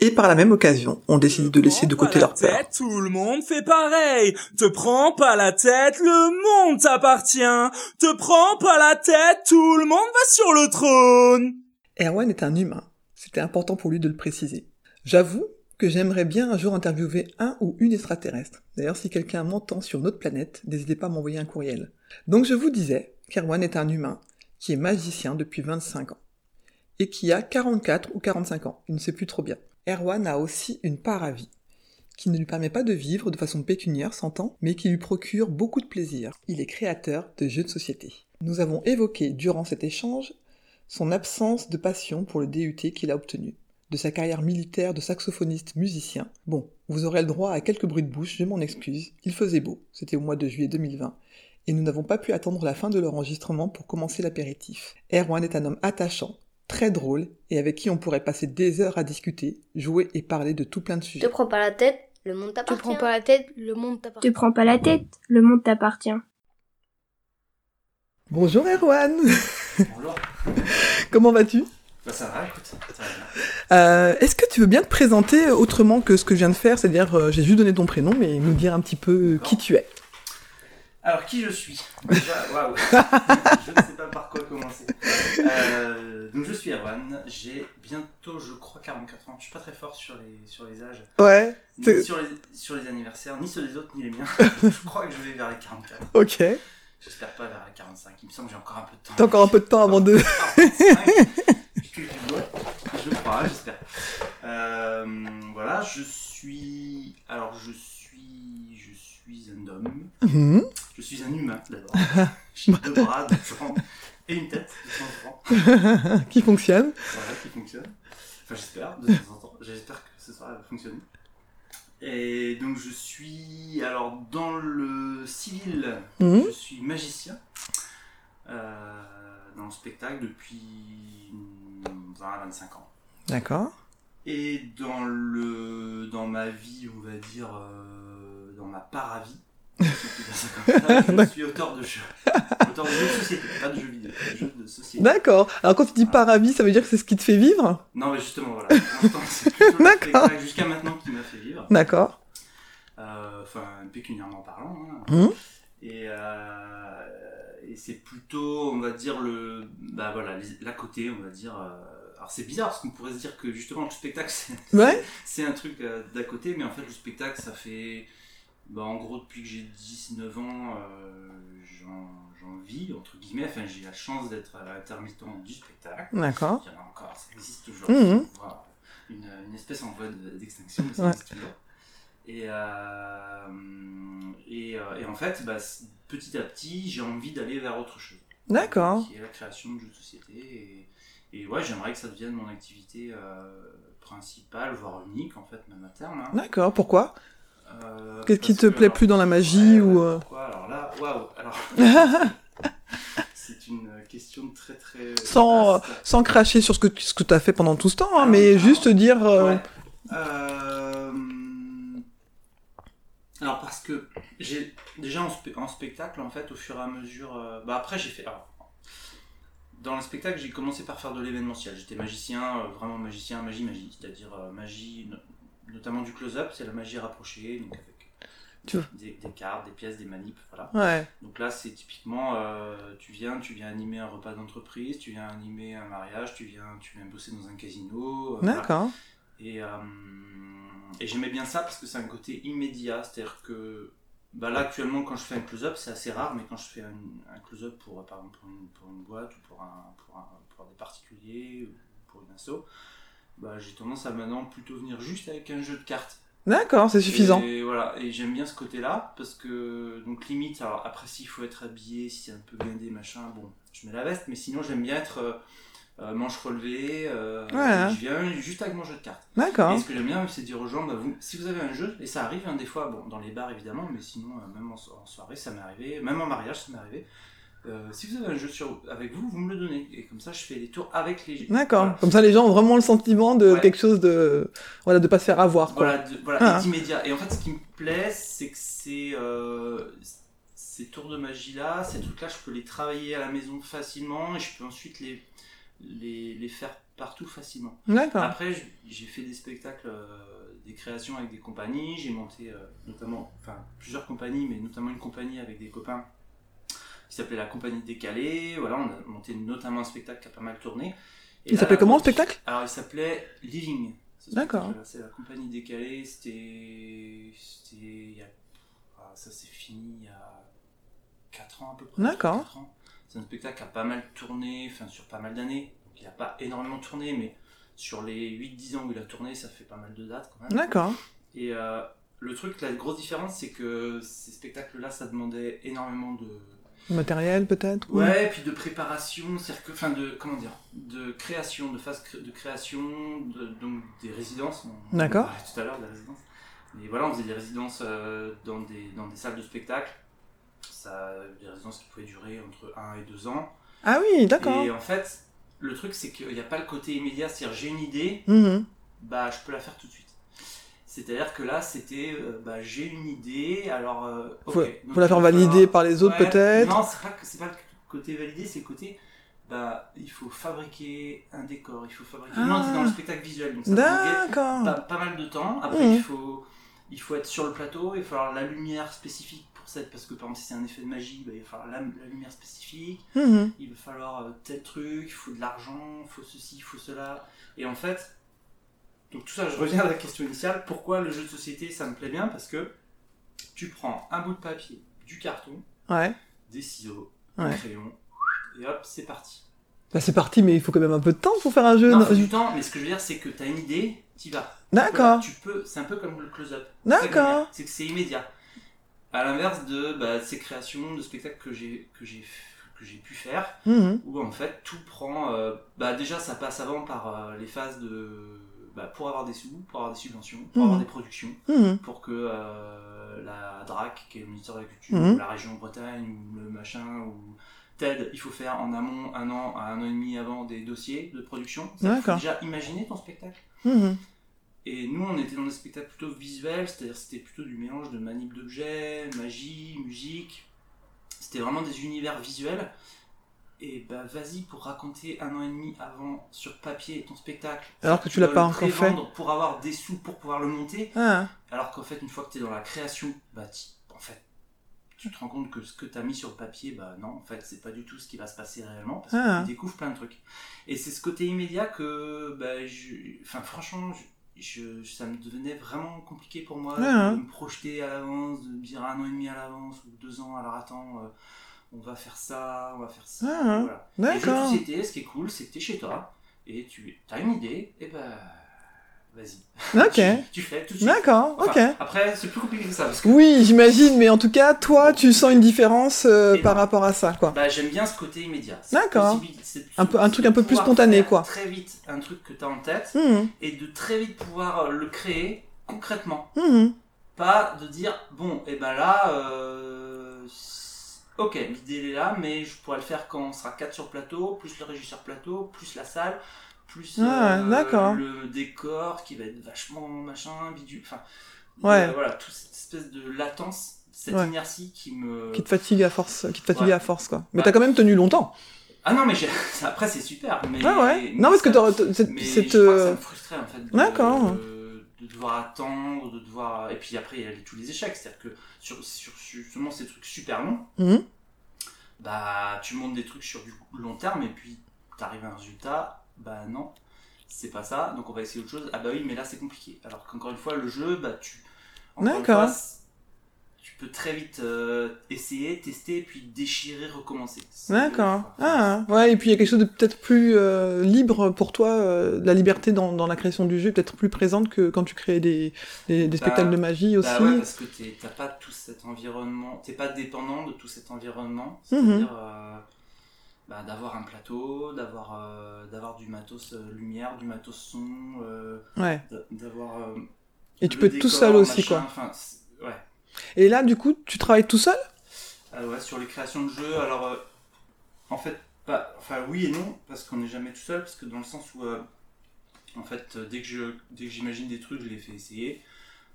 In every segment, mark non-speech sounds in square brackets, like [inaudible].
Et par la même occasion, on décide de laisser de côté Prends leur pas peur. la tête, Tout le monde fait pareil. Te prends pas la tête, le monde t'appartient. Te prends pas la tête, tout le monde va sur le trône. Erwan est un humain. C'était important pour lui de le préciser. J'avoue que j'aimerais bien un jour interviewer un ou une extraterrestre. D'ailleurs, si quelqu'un m'entend sur notre planète, n'hésitez pas à m'envoyer un courriel. Donc je vous disais qu'Erwan est un humain qui est magicien depuis 25 ans et qui a 44 ou 45 ans. Il ne sait plus trop bien. Erwan a aussi une part à vie qui ne lui permet pas de vivre de façon pécuniaire, s'entend, mais qui lui procure beaucoup de plaisir. Il est créateur de jeux de société. Nous avons évoqué durant cet échange son absence de passion pour le DUT qu'il a obtenu, de sa carrière militaire de saxophoniste musicien. Bon, vous aurez le droit à quelques bruits de bouche, je m'en excuse. Il faisait beau, c'était au mois de juillet 2020, et nous n'avons pas pu attendre la fin de l'enregistrement pour commencer l'apéritif. Erwan est un homme attachant, très drôle, et avec qui on pourrait passer des heures à discuter, jouer et parler de tout plein de Te sujets. prends pas la tête, le monde Te t'appartient. prends pas la tête, le monde Te t'appartient. prends pas la tête, le monde t'appartient. Bonjour Erwan [laughs] Comment vas-tu Bah, ça va, écoute. Euh, Est-ce que tu veux bien te présenter autrement que ce que je viens de faire C'est-à-dire, euh, j'ai juste donné ton prénom, mais nous dire un petit peu euh, qui tu es. Alors, qui je suis [laughs] Déjà, waouh Je ne sais pas par quoi commencer. Euh, donc, je suis Erwan, j'ai bientôt, je crois, 44 ans. Je suis pas très fort sur les, sur les âges, Ouais, ni C'est- sur les, sur les anniversaires, ni ceux des autres, ni [laughs] les miens. je crois que je vais vers les 44. ok. T'as J'espère pas vers les 45. Il me semble que j'ai encore un peu de temps. encore un peu de temps avant de... [laughs] 45. Je touche du bois. Je crois, j'espère. Euh, voilà, je suis. Alors, je suis. Je suis un homme. Mhm. Je suis un humain, d'abord. J'ai deux bras, deux jambes et une tête, de temps en temps. qui fonctionne. Voilà, qui fonctionne. Enfin, j'espère, de temps en temps. J'espère que ce sera fonctionné. Et donc, je suis. Alors, dans le civil, Mhm. je suis magicien. euh, dans le spectacle depuis hmm, 20-25 ans. D'accord. Et dans le dans ma vie, on va dire euh, dans ma paravie, si on peut dire ça comme [laughs] ça, je suis auteur de jeux, auteur de jeux de société, pas de jeux vidéo, de jeux de société. D'accord. Alors quand tu dis paravie, ça veut dire que c'est ce qui te fait vivre Non mais justement voilà, pour l'instant, c'est plutôt le D'accord. spectacle jusqu'à maintenant qui m'a fait vivre, D'accord. Euh, enfin pécuniairement parlant. hein. Mhm. Et, euh, et c'est plutôt, on va dire le, bah voilà, les- l'à côté, on va dire. euh, alors c'est bizarre parce qu'on pourrait se dire que justement le spectacle c'est Ouais c'est un truc euh, d'à côté, mais en fait, le spectacle, ça fait. Bah, en gros, depuis que j'ai 19 ans, euh, j'en j'en vis, entre guillemets. Enfin, j'ai la chance d'être euh, intermittent du spectacle. D'accord. Il y en a encore, ça existe toujours. Mhm. Voilà. Une, une espèce en voie de- d'extinction, mais ça Ouais. existe toujours. Et, euh, et, euh, et en fait, bah, c- petit à petit, j'ai envie d'aller vers autre chose. D'accord. Qui est la création de jeux de société. Et, et ouais, j'aimerais que ça devienne mon activité euh, principale, voire unique, en fait, même à terme. hein. D'accord. Pourquoi [laughs] Euh, Qu'est-ce qui parce te que, plaît alors, plus dans la magie ouais, ou... ouais, euh, pourquoi alors là, waouh Alors, [laughs] c'est une question très très. Sans, euh, vaste. sans cracher sur ce que, ce que t'as fait pendant tout ce temps, hein, Ah, mais non. juste dire... euh, Ouais. Euh, Alors parce que j'ai déjà en, spe- en spectacle en fait au fur et à mesure. euh, Bah après j'ai fait. alors, dans le spectacle j'ai commencé par faire de l'événementiel. J'étais magicien, euh, vraiment magicien, magie magie, c'est-à-dire euh, magie no- notamment du close-up, c'est la magie rapprochée donc avec Tu vois. des, des cartes, des pièces, des manips, voilà. ouais. Donc là, c'est typiquement, euh, tu viens, tu viens animer un repas d'entreprise, tu viens animer un mariage, tu viens, tu viens bosser dans un casino. euh, voilà. D'accord. Et, euh, et j'aimais bien ça parce que c'est un côté immédiat, c'est-à-dire que bah là actuellement quand je fais un close-up c'est assez rare, mais quand je fais un, un close-up pour, euh, par exemple, pour, une, pour une boîte ou pour, un, pour, un- pour des particuliers ou pour une asso, bah, j'ai tendance à maintenant plutôt venir juste avec un jeu de cartes. D'accord, c'est suffisant. Et voilà, et j'aime bien ce côté-là parce que, donc limite, alors après s'il faut être habillé, si c'est un peu blindé, machin, bon, je mets la veste, mais sinon j'aime bien être euh, euh, manche relevée. euh, Ouais. hein. Je viens juste avec mon jeu de cartes. D'accord. Et ce que j'aime bien, c'est dire aux gens, bah, vous- si vous avez un jeu, et ça arrive hein, des fois, bon, dans les bars évidemment, mais sinon, euh, même en, so- en soirée, ça m'est arrivé, même en mariage, ça m'est arrivé. Euh, si vous avez un jeu sur, avec vous, vous me le donnez. Et comme ça, je fais des tours avec les jeux. D'accord. Voilà. Comme ça, les gens ont vraiment le sentiment de Ouais. quelque chose de, voilà, de pas se faire avoir, quoi. Voilà, de- voilà, Ah. et d'immédiat. Et en fait, ce qui me plaît, c'est que c'est, euh, ces tours de magie-là, ces trucs-là, je peux les travailler à la maison facilement et je peux ensuite les, les, les faire partout facilement. D'accord. Après, j- j'ai fait des spectacles, euh, des créations avec des compagnies. J'ai monté euh, notamment, enfin, plusieurs compagnies, mais notamment une compagnie avec des copains qui s'appelait la compagnie décalée. Voilà, on a monté notamment un spectacle qui a pas mal tourné. Et Il là, s'appelait la- comment, le spectacle Alors, il s'appelait Living. ce D'accord. spectacle-là. C'est la compagnie décalée. C'était, c'était, il y a- ah, ça s'est fini il y a 4 ans à peu près. D'accord. quatre ans. C'est un spectacle qui a pas mal tourné, enfin sur pas mal d'années. Donc il a pas énormément tourné, mais sur les 8-10 ans où il a tourné, ça fait pas mal de dates quand même. D'accord. Et euh, le truc, la grosse différence, c'est que ces spectacles-là, ça demandait énormément de. Le matériel, peut-être ou- Ouais, et puis de préparation, c'est-à-dire que. Enfin, de. Comment dire De création, de phase cré- de création, de- donc des résidences. On- on D'accord. parlait Tout à l'heure des résidences. Mais voilà, on faisait des résidences euh, dans, des, dans des salles de spectacle. Ça, des résidences qui pouvaient durer entre 1 et 2 ans. Ah oui, d'accord. Et en fait, le truc, c'est qu'il n'y a pas le côté immédiat. C'est-à-dire, j'ai une idée, Mhm. bah, je peux la faire tout de suite. C'est-à-dire que là, c'était, euh, bah, j'ai une idée, alors. euh, ok. Faut- faut Donc, la il va faire valider falloir- par les autres, Ouais. peut-être Non, c'est pas, que- c'est pas le côté validé, c'est le côté. Bah, il faut fabriquer un décor, il faut fabriquer. Non, Ah. c'est dans le spectacle visuel, donc ça Ah. demandait pas, D'accord. pas mal de temps. Après, Mhm. il, faut, il faut être sur le plateau, il va falloir la lumière spécifique pour cette, parce que par exemple, si c'est un effet de magie, bah, il va falloir la- la lumière spécifique Mhm. il va falloir euh, tel truc, il faut de l'argent, il faut ceci, il faut cela. Et en fait, donc tout ça, je reviens à la question initiale, pourquoi le jeu de société, ça me plaît bien Parce que tu prends un bout de papier, du carton, Ouais. des ciseaux, Ouais. un crayon, et hop, c'est parti. Bah, c'est parti, mais il faut quand même un peu de temps pour faire un jeu. non, non faut du temps, mais ce que je veux dire, c'est que tu as une idée, t'y vas. Voilà, D'accord. tu peux, c'est un peu comme le close-up. D'accord. C'est que c'est immédiat. À l'inverse de bah, ces créations de spectacles que j'ai que j'ai que j'ai pu faire, Mhm. où en fait tout prend. euh, bah déjà ça passe avant par euh, les phases de. Bah, pour avoir des sous, pour avoir des subventions, pour Mhm. avoir des productions, Mhm. pour que euh, la DRAC, qui est le ministère de la Culture, Mhm. ou la région Bretagne, ou le machin, ou TED, il faut faire en amont un an à un an et demi avant des dossiers de production. Ça, faut D'accord. déjà imaginer ton spectacle. Mhm. Et nous, on était dans des spectacles plutôt visuels, c'est-à-dire c'était plutôt du mélange de manip d'objets, magie, musique. C'était vraiment des univers visuels. Et bah vas-y pour raconter un an et demi avant sur papier ton spectacle. Alors que tu Tu l'as dois pas le encore fait. prévendre Pour avoir des sous pour pouvoir le monter. Ah. Alors qu'en fait, une fois que tu es dans la création, bah t'y- en fait, tu te rends compte que ce que tu as mis sur le papier, bah non, en fait, c'est pas du tout ce qui va se passer réellement parce que Ah. tu découvres plein de trucs. Et c'est ce côté immédiat que, bah, je- enfin, franchement, je- je- ça me devenait vraiment compliqué pour moi Ah. de me projeter à l'avance, de me dire ah, un an et demi à l'avance ou deux ans, alors attends, euh, on va faire ça, on va faire ça. Ah. Voilà. Les jeux de D'accord. société, ce qui est cool, c'est que t'es chez toi et tu as une idée, et ben vas-y. Ok. [laughs] Tu, tu fais tout de suite. D'accord. Ok. Enfin, Après, c'est plus compliqué que ça parce que Oui, j'imagine, mais en tout cas, toi, tu sens une différence euh, Et par non. rapport à ça, quoi. bah, j'aime bien ce côté immédiat. Cette D'accord. possibilité- cette- Un peu- un ce- truc un peu de plus pouvoir spontané, faire quoi. Très vite, un truc que t'as en tête Mhm. et de très vite pouvoir euh, le créer concrètement. Mhm. Pas de dire bon, et ben là, euh, c- ok, l'idée elle est là, mais je pourrais le faire quand on sera 4 sur plateau, plus le régisseur plateau, plus la salle, plus euh, Ah, d'accord. le décor qui va être vachement machin, bidule. Enfin, Ouais. euh, voilà, toute cette espèce de latence, cette Ouais. inertie qui me. Qui te fatigue à force, qui te fatigue Ouais. à force, quoi. Mais Ouais. t'as quand même tenu longtemps. Ah non, mais j'ai- [laughs] ça, après, c'est super. Mais, Ah ouais. mais Non, parce que ça- t'aurais- t- cette, Mais cette, je crois que euh, ça me frustrait en fait. de- D'accord. De, de devoir attendre, de devoir. Et puis après, il y a les- tous les échecs. C'est-à-dire que sur, sur justement ces trucs super longs, Mhm. bah tu montes des trucs sur du long terme et puis t'arrives à un résultat, bah non, c'est pas ça. Donc on va essayer autre chose. Ah bah oui, mais là c'est compliqué. Alors qu'encore une fois, le jeu, bah tu. encore une D'accord. fois, c- Tu peux très vite euh, essayer, tester, puis déchirer, recommencer. C'est- D'accord. enfin, Ah, ouais, et puis il y a quelque chose de peut-être plus euh, libre pour toi, euh, la liberté dans, dans la création du jeu est peut-être plus présente que quand tu crées des, des, des Bah, spectacles de magie aussi. Bah ouais, parce que t'es- t'as Mhm. pas tout cet environnement, t'es pas dépendant de tout cet environnement. C'est-à-dire, euh, bah, d'avoir un plateau, d'avoir euh, d'avoir du matos euh, lumière, du matos son, euh, Ouais. d'a- d'avoir. euh, Et tu le peux être tout décor, seul aussi, machin, quoi. Enfin, c'est- ouais. Et là, du coup, tu travailles tout seul [laughs] Euh, ouais, sur les créations de jeux, alors euh, en fait, pas, enfin oui et non, parce qu'on n'est jamais tout seul, parce que dans le sens où, euh, en fait, euh, dès que je, dès que j'imagine des trucs, je les fais essayer.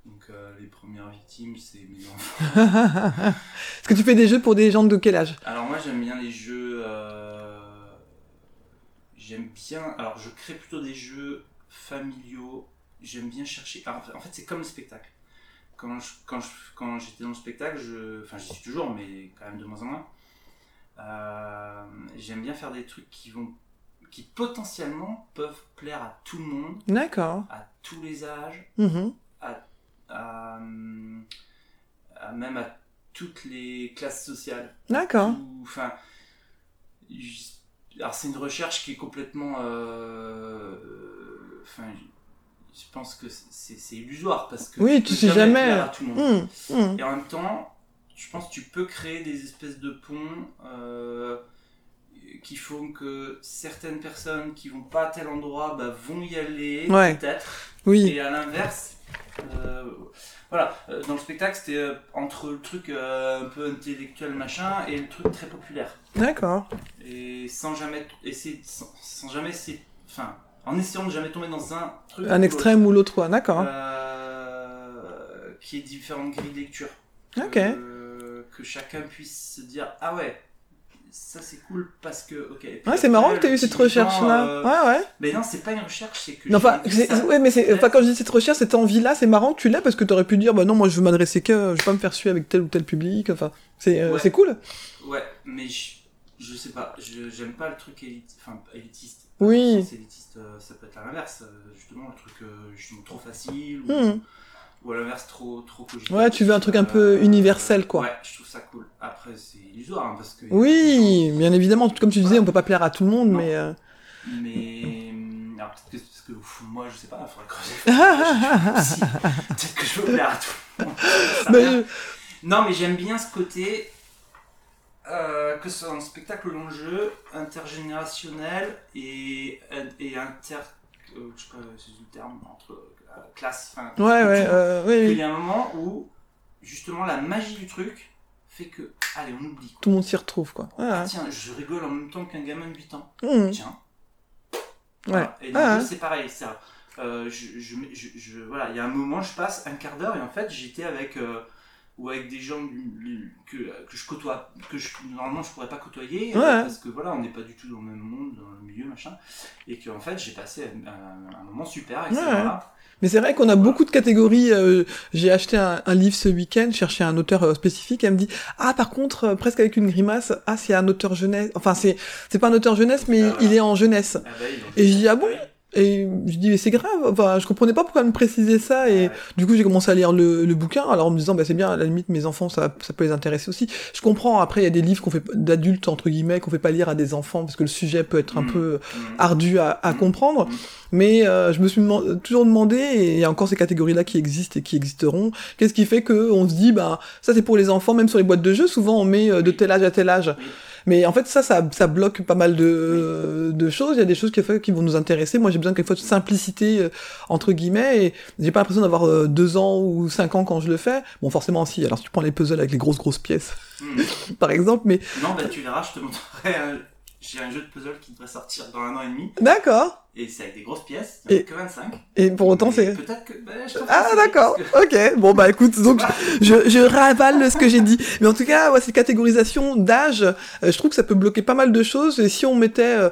Donc euh, les premières victimes, c'est mes enfants. Parce que tu fais des jeux pour des gens de quel âge Alors moi, j'aime bien les jeux. euh, J'aime bien. Alors je crée plutôt des jeux familiaux. J'aime bien chercher. alors, en fait, c'est comme le spectacle. Quand je- quand je- quand j'étais dans le spectacle, je, enfin, j'y suis toujours, mais quand même de moins en moins. Euh, J'aime bien faire des trucs qui vont, qui potentiellement peuvent plaire à tout le monde, D'accord. à tous les âges Mhm. à, euh, à même à toutes les classes sociales. D'accord. Tout- Enfin, j- alors c'est une recherche qui est complètement, euh, euh, enfin, je pense que c'est c'est illusoire parce que Oui, tu peux sais jamais. plaire à tout le monde. Mhm. Mhm. Et en même temps, je pense que tu peux créer des espèces de ponts euh, qui font que certaines personnes qui vont pas à tel endroit bah, vont y aller Ouais. peut-être. Oui. Et à l'inverse, euh, voilà, euh, dans le spectacle, c'était euh, entre le truc euh, un peu intellectuel machin et le truc très populaire. D'accord. Et sans jamais t- essayer, sans, sans jamais essayer, enfin, en essayant de jamais tomber dans un truc. ou Un l'autre, extrême ou l'autre, ouais, d'accord. hein. euh, qui est différentes grilles de lecture. Ok. Que, que chacun puisse se dire ah ouais. Ça c'est cool parce que ok. Et puis Ouais, c'est après, marrant que tu le eu cette petit Jean, recherche-là. euh, Ouais, ouais. Mais non, c'est pas une recherche, c'est que. Non, j'ai enfin, vu c'est- ça. ouais, mais c'est, enfin, quand je dis cette recherche, cette envie-là, c'est marrant que tu l'as parce que t'aurais pu dire, bah non, moi je veux m'adresser que, je veux pas me faire suer avec tel ou tel public, enfin, c'est, euh, Ouais. c'est cool. Ouais, mais je, je sais pas, je- j'aime pas le truc élite, enfin, élitiste. Oui. Dans le sens élitiste, euh, ça peut être à l'inverse, euh, justement, le truc euh, justement trop facile, ou, Mhm. ou à l'inverse trop, trop cogité. Ouais, tu veux un truc un peu universel, quoi. Ouais, je trouve ça cool. Après, c'est illusoire, hein, parce que. y a des gens- Oui, bien évidemment, comme tu disais, on peut pas plaire à tout le monde, Non. mais euh, Mais. hum, Alors, peut-être que, parce que pff, moi, je sais pas, il faudrait creuser. [laughs] Si, peut-être que je veux plaire à tout le monde. Ça mais, vient. Non, mais j'aime bien ce côté, euh, que ce soit dans le spectacle ou dans le jeu, intergénérationnel et, et inter. euh, je sais pas si c'est le terme, entre euh, classe. enfin, ouais, ouais, culture. euh, oui, Il oui. y a un moment où, justement, la magie du truc fait que, allez, on oublie. quoi. tout le monde s'y retrouve, quoi. Ouais, Ah, ouais. tiens, je rigole en même temps qu'un gamin de 8 ans. Mhm. Tiens. Ouais. Voilà. Et dans Ah, le jeu, hein. c'est pareil. c'est un- euh, je, je, je- je- voilà, il y a un moment, je passe un quart d'heure et en fait, j'étais avec euh, ou avec des gens du- du- que, que je côtoie, que je, normalement je pourrais pas côtoyer euh, Ouais. parce que voilà, on n'est pas du tout dans le même monde, dans le milieu machin, et que en fait, j'ai passé un, un- un moment super. Et Ouais. voilà. Mais c'est vrai qu'on a beaucoup de catégories. euh, J'ai acheté un, un livre ce week-end, cherché un auteur euh, spécifique, et elle me dit ah par contre euh, presque avec une grimace ah c'est un auteur jeunesse. Enfin c'est c'est pas un auteur jeunesse mais Ah, voilà. il est en jeunesse. Ah bah, ils ont- Et je dis, ah bon Ouais. Et je dis mais c'est grave. Enfin je comprenais pas pourquoi elle me précisait ça et Ouais. du coup j'ai commencé à lire le, le bouquin alors en me disant bah c'est bien à la limite mes enfants ça ça peut les intéresser aussi. Je comprends après il y a des livres qu'on fait d'adultes entre guillemets qu'on fait pas lire à des enfants parce que le sujet peut être un Mhm. peu Mhm. ardu à, à Mm. comprendre, Mm. mais euh, je me suis deman- toujours demandé, et il y a encore ces catégories-là qui existent et qui existeront, qu'est-ce qui fait que on se dit, ben ça c'est pour les enfants, même sur les boîtes de jeux, souvent on met euh, de Oui. tel âge à tel âge. Oui. Mais en fait ça, ça, ça bloque pas mal de, de choses, il y a des choses qui, qui vont nous intéresser, moi j'ai besoin quelquefois de simplicité, euh, entre guillemets, et j'ai pas l'impression d'avoir euh, deux ans ou cinq ans quand je le fais. Bon forcément si, alors si tu prends les puzzles avec les grosses grosses pièces, [laughs] Mhm. par exemple, mais Non, bah tu verras, je te montrerai. un- J'ai un jeu de puzzle qui devrait sortir dans un an et demi, d'accord, et c'est avec des grosses pièces, il y en a Et- que 25. et pour autant Mais c'est... Peut-être que. bah, je te Ah ferai d'accord, essayer, ok. Bon bah écoute, [laughs] donc je, je ravale ce que j'ai dit. Mais en tout cas, ouais, cette catégorisation d'âge, euh, je trouve que ça peut bloquer pas mal de choses. Et si on mettait... euh,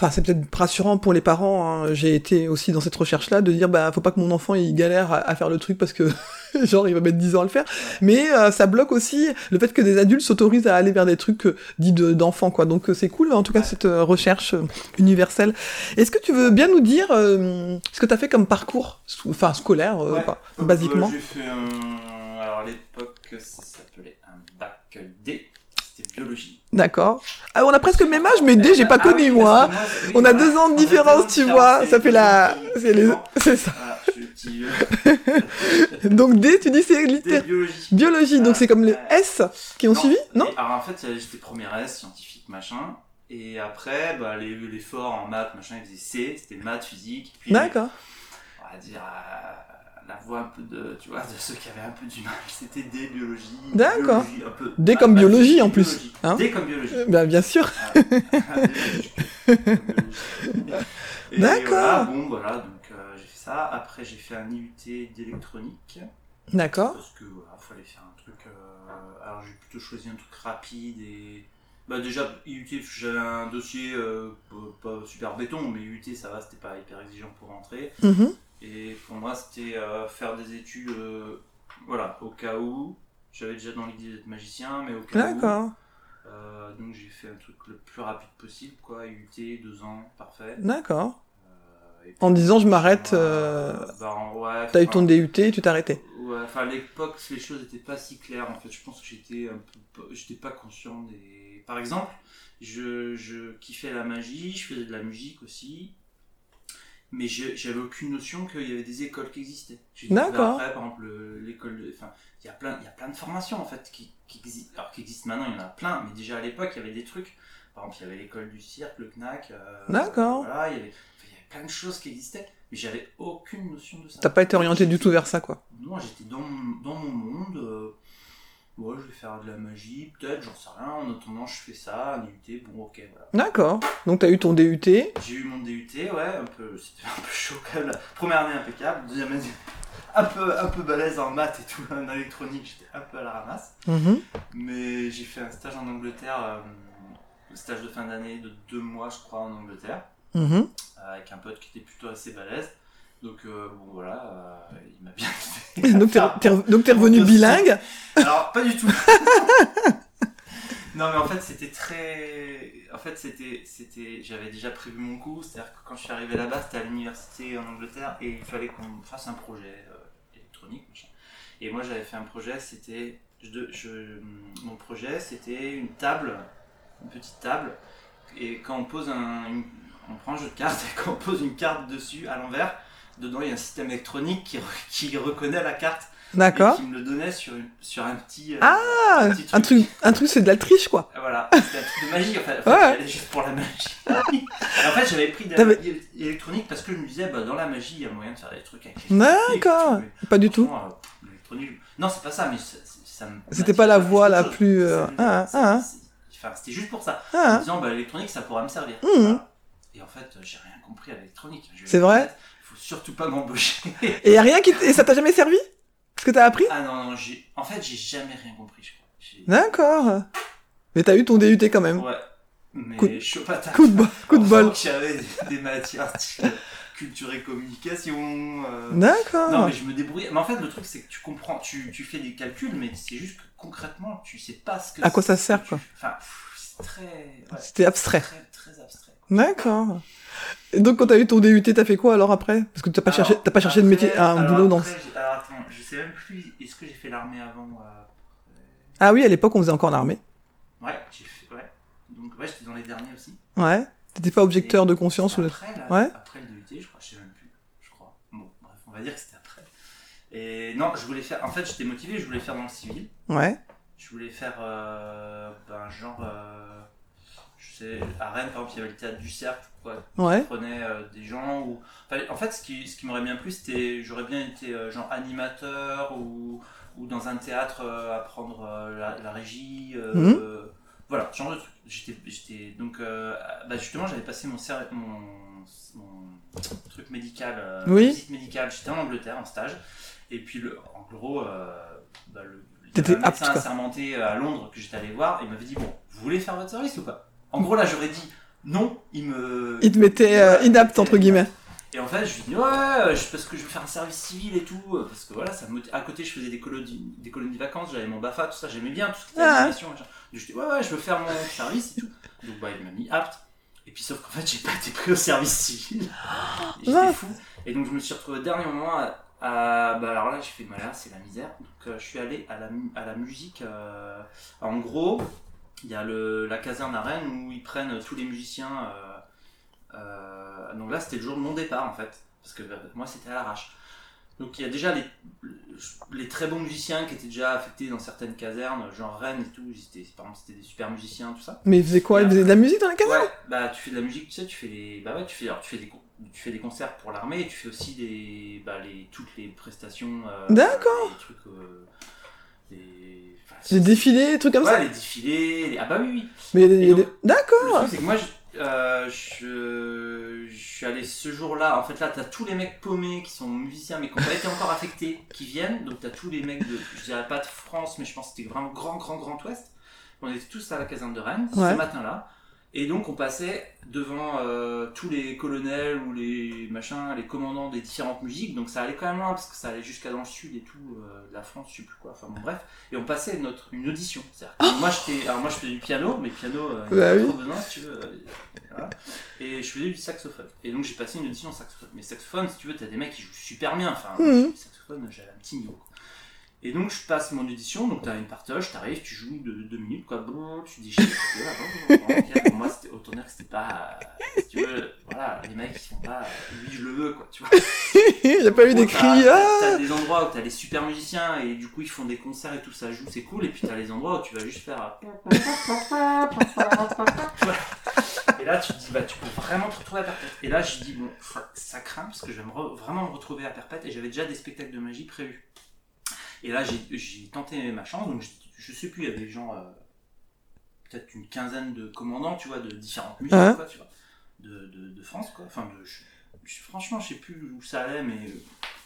Enfin, c'est peut-être rassurant pour les parents. hein, J'ai été aussi dans cette recherche-là de dire, bah, faut pas que mon enfant il galère à, à faire le truc parce que, [laughs] genre, il va mettre 10 ans à le faire. Mais euh, ça bloque aussi le fait que des adultes s'autorisent à aller vers des trucs euh, dits de- d'enfants, quoi. Donc euh, c'est cool, en tout cas, cette euh, recherche euh, universelle. Est-ce que tu veux bien nous dire euh, ce que t'as fait comme parcours, sou- enfin scolaire, euh, Ouais. pas- Euh, basiquement J'ai fait un. Alors à l'époque, ça s'appelait un bac D. C'était biologie. D'accord. Ah, on a presque le même âge, mais D, j'ai pas Ah oui, connu, parce moi. hein. que oui, On a voilà, deux ans de on a deux ans différence, de tu différence, vois. c'est Ça fait la, [laughs] les- c'est les, c'est ça. Voilà, je suis le petit [laughs] vieux. Donc D, tu dis c'est Des littérature. biologie. Biologie, donc Ah, c'est comme les ouais. S qui ont suivi, non Et Alors en fait, j'étais première S, scientifique, machin. Et après, bah, les, les forts en maths, machin, ils faisaient C, c'était maths, physique. Puis, D'accord. [laughs] on va dire, euh, la voix un peu de, tu vois, de ceux qui avaient un peu du mal, c'était des biologies. D'accord. biologie, un peu- Des pas- comme pas biologie, physique, en plus, biologie. hein. Des comme biologie. Ah, Euh, Bah, bien sûr. [laughs] Et D'accord. voilà, bon, voilà, donc euh, j'ai fait ça. Après, j'ai fait un IUT d'électronique. D'accord. Parce que voilà, fallait faire un truc. euh, alors j'ai plutôt choisi un truc rapide et. Bah déjà, IUT, j'avais un dossier euh, pas, pas super béton, mais IUT ça va, c'était pas hyper exigeant pour rentrer. Mhm. Et pour moi, c'était euh, faire des études, euh, voilà, au cas où. J'avais déjà dans l'idée d'être magicien, mais au cas où. D'accord. Euh, donc j'ai fait un truc le plus rapide possible, quoi. IUT, deux ans, parfait. D'accord. Euh, et En puis, disant, je m'arrête, moi, euh, bah, en- ouais, T'as eu enfin, ton DUT, tu t'es arrêté. Ouais, enfin à l'époque les choses n'étaient pas si claires en fait. Je pense que j'étais un peu, pas- j'étais pas conscient des. Par exemple, je, je kiffais la magie, je faisais de la musique aussi, mais je- j'avais aucune notion qu'il y avait des écoles qui existaient. J'ai découvert D'accord. Après par exemple le- l'école, de- enfin il y a plein, il y a plein de formations en fait qui, qui existent, alors qui existent maintenant il y en a plein, mais déjà à l'époque il y avait des trucs. Par exemple il y avait l'école du cirque, le CNAC. euh, D'accord. Voilà, il y avait, enfin, il y avait plein de choses qui existaient, mais j'avais aucune notion de ça. T'as pas été orienté du J'étais- tout vers ça, quoi. non, j'étais dans, mon- dans mon monde. euh, ouais, je vais faire de la magie, peut-être, j'en sais rien. En attendant, je fais ça, un DUT, bon, ok, voilà. D'accord. Donc t'as eu ton DUT. J'ai eu mon DUT, ouais, un peu, c'était [laughs] un peu chaud quand même. la Première année impeccable, deuxième année [laughs] un peu, un peu balèze en maths et tout, [laughs] en électronique, j'étais un peu à la ramasse. Mhm. Mais j'ai fait un stage en Angleterre, euh, un stage de fin d'année de deux mois, je crois, en Angleterre Mhm. avec un pote qui était plutôt assez balèze. Donc euh, bon voilà, euh, il m'a bien [laughs] fait. Donc t'es re- t'es re- donc t'es revenu bilingue. Alors pas du tout. non mais en fait c'était très, en fait c'était c'était, j'avais déjà prévu mon coup, c'est-à-dire que quand je suis arrivé là-bas c'était à l'université en Angleterre et il fallait qu'on fasse un projet euh, électronique machin. Et moi j'avais fait un projet, c'était, je de- je- mon projet c'était une table, une petite table et quand on pose un, une- on prend un jeu de cartes et quand on pose une carte dessus à l'envers, dedans il y a un système électronique qui, re- qui reconnaît la carte et D'accord. qui me le donnait sur, une- sur un petit. euh, Ah, petit Ah, un truc, un truc, c'est de la triche, quoi. Voilà, c'était un truc de magie en fait. En fait, Ouais. j'y allais juste pour la magie. Et en fait, j'avais pris de la T'avais- magie électronique parce que je me disais, bah, dans la magie, il y a moyen de faire des trucs avec l'électronique. Ah, D'accord. Pas du tout. Franchement, euh, l'électronique- Non, c'est pas ça, mais ça, ça me. C'était pas la voie la plus, euh, Ça me- ah, ah, ah. c'est- Enfin, c'était juste pour ça. En me Ah, disant, bah, l'électronique, ça pourra me servir. Mhm. Voilà. Et en fait, euh, j'ai rien compris à l'électronique. Je vais C'est être vrai honnête, Faut surtout pas m'embaucher. et [laughs] y a rien qui, t- et ça t'a jamais servi Ce que t'as appris ah non, non, j'ai. En fait, j'ai jamais rien compris, je crois. J'ai- D'accord. Mais t'as eu ton DUT quand même. Ouais. Mais Coup de- je suis pas tard. Coup de, bol- coup de bol. J'avais des, des matières style culture et communication. euh, Non, D'accord. mais je me débrouillais. Mais en fait, le truc, c'est que tu comprends, tu, tu fais des calculs, mais c'est juste que concrètement, tu sais pas ce que À quoi ça c'est- sert, quoi. Enfin, pff, c'est très. ouais, C'était abstrait. très, très abstrait. D'accord. Et donc quand t'as eu ton DUT, t'as fait quoi alors après Parce que t'as pas Alors, cherché, t'as pas cherché de après- métier, un alors boulot dans. après, j'ai- Alors attends, je sais même plus, est-ce que j'ai fait l'armée avant euh, Ah oui, à l'époque on faisait encore l'armée. euh, Ouais, j'ai fait. Ouais. Donc, ouais, j'étais dans les derniers aussi. Ouais. T'étais pas objecteur de conscience ou C'était le. après, là, Ouais. après le DUT, je crois, je sais même plus, je crois. Bon, bref, on va dire que c'était après. Et non, je voulais faire. En fait, j'étais motivé, je voulais faire dans le civil. Ouais. Je voulais faire, euh, ben, genre, euh, je sais, à Rennes, par exemple, il y avait le théâtre du cercle, quoi. Ouais. Prenait euh, des gens ou. enfin, en fait, ce qui, ce qui m'aurait bien plu, c'était, j'aurais bien été euh, genre animateur ou, ou dans un théâtre euh, apprendre euh, la, la régie. euh, Mhm. euh, voilà, ce genre de truc. J'étais, j'étais donc, euh, bah, justement, j'avais passé mon, cer- mon, mon truc médical, euh, Oui. ma visite médicale. J'étais en Angleterre en stage. Et puis, le, en gros, euh, bah, le, il y T'étais avait un médecin apte, quoi. assermenté euh, à Londres que j'étais allé voir et il m'avait dit Bon, vous voulez faire votre service ou pas En gros, là, j'aurais dit Non, il me. Il te mettait euh, Voilà, il me inapte mettait- entre guillemets. Et en fait, je lui dis Ouais, euh, je- parce que je veux faire un service civil et tout. euh, Parce que voilà, ça me... motive. à côté, je faisais des colonies, des colonies de vacances, j'avais mon BAFA, tout ça, j'aimais bien tout ce qui était Ah. animation. machin. Donc, je dis Ouais, ouais, je veux faire mon service et tout. Donc, bah, il m'a mis apte. Et puis, sauf qu'en fait, j'ai pas été pris au service civil. Et J'étais Mince. fou. Et donc, je me suis retrouvé au dernier moment à. à- bah alors là, j'ai fait, bah là, c'est la misère. Donc, euh, je suis allé à la, mu- à la musique. euh, en gros, il y a le, la caserne à Rennes où ils prennent tous les musiciens. euh, bah, euh, donc là, c'était le jour de mon départ en fait. Parce que euh, moi, c'était à l'arrache. Donc il y a déjà les, les très bons musiciens qui étaient déjà affectés dans certaines casernes, genre Rennes et tout. ils étaient- par exemple, c'était des super musiciens, tout ça. Mais ils faisaient quoi Ils faisaient de la musique dans la caserne Ouais, bah tu fais de la musique, tu sais, tu fais des, bah ouais, tu fais, alors, tu fais des, con- tu fais des concerts pour l'armée, et tu fais aussi des, bah, les, toutes les prestations. euh, D'accord. Des trucs, euh, des, enfin, Des défilés, des trucs comme ouais, ça les défilés. les- Ah bah oui, oui. Mais il y a des- il y a Et des- donc- Le D'accord truc, c'est que moi, je, euh, je, je suis allé ce jour-là. En fait, là, t'as tous les mecs paumés qui sont musiciens, mais qui n'ont pas été encore affectés, qui viennent. Donc, t'as tous les mecs de, je dirais pas de France, mais je pense que c'était vraiment grand, grand, grand ouest. On était tous à la caserne de Rennes Ouais. ce matin-là. Et donc, on passait devant euh, tous les colonels ou les machins, les commandants des différentes musiques. Donc, ça allait quand même loin, parce que ça allait jusqu'à dans le sud et tout, euh, de la France, je sais plus quoi. Enfin, bon, bref. Et on passait notre, une audition. C'est-à-dire que moi, j'étais- alors, moi, je faisais du piano, mais piano, euh, il y Oh Bah a oui. trop besoin, si tu veux. euh, voilà. Et je faisais du saxophone. Et donc j'ai passé une audition en saxophone. Mais saxophone, si tu veux, t'as des mecs qui jouent super bien. Enfin, moi, Mhm. je fais du saxophone, j'avais un petit niveau. quoi. Et donc je passe mon audition, donc t'as une partage, t'arrives, tu joues deux, deux minutes, quoi, Brrr, tu déchires. tu fais, ah, bon, bon, bon, ok. Pour moi, c'était autant dire que c'était pas. euh, si tu veux, voilà, les mecs ils sont pas. euh, Lui, je le veux, quoi, tu vois. [laughs] Il n'y a pas eu Bon, des t'as- cris. T'as Ah t'as des endroits où t'as les super musiciens et du coup ils font des concerts et tout ça joue, c'est cool. Et puis t'as les endroits où tu vas juste faire. euh, et là tu te dis bah tu peux vraiment te retrouver à perpète. Et là je dis bon ça, ça craint parce que je vais me re- vraiment me retrouver à perpète et j'avais déjà des spectacles de magie prévus. Et là j'ai- j'ai tenté ma chance donc je, je sais plus il y avait des gens euh, peut-être une quinzaine de commandants tu vois de différentes musiques Hein quoi tu vois de, de, de France quoi. Enfin de, je- je- franchement je sais plus où ça allait mais euh,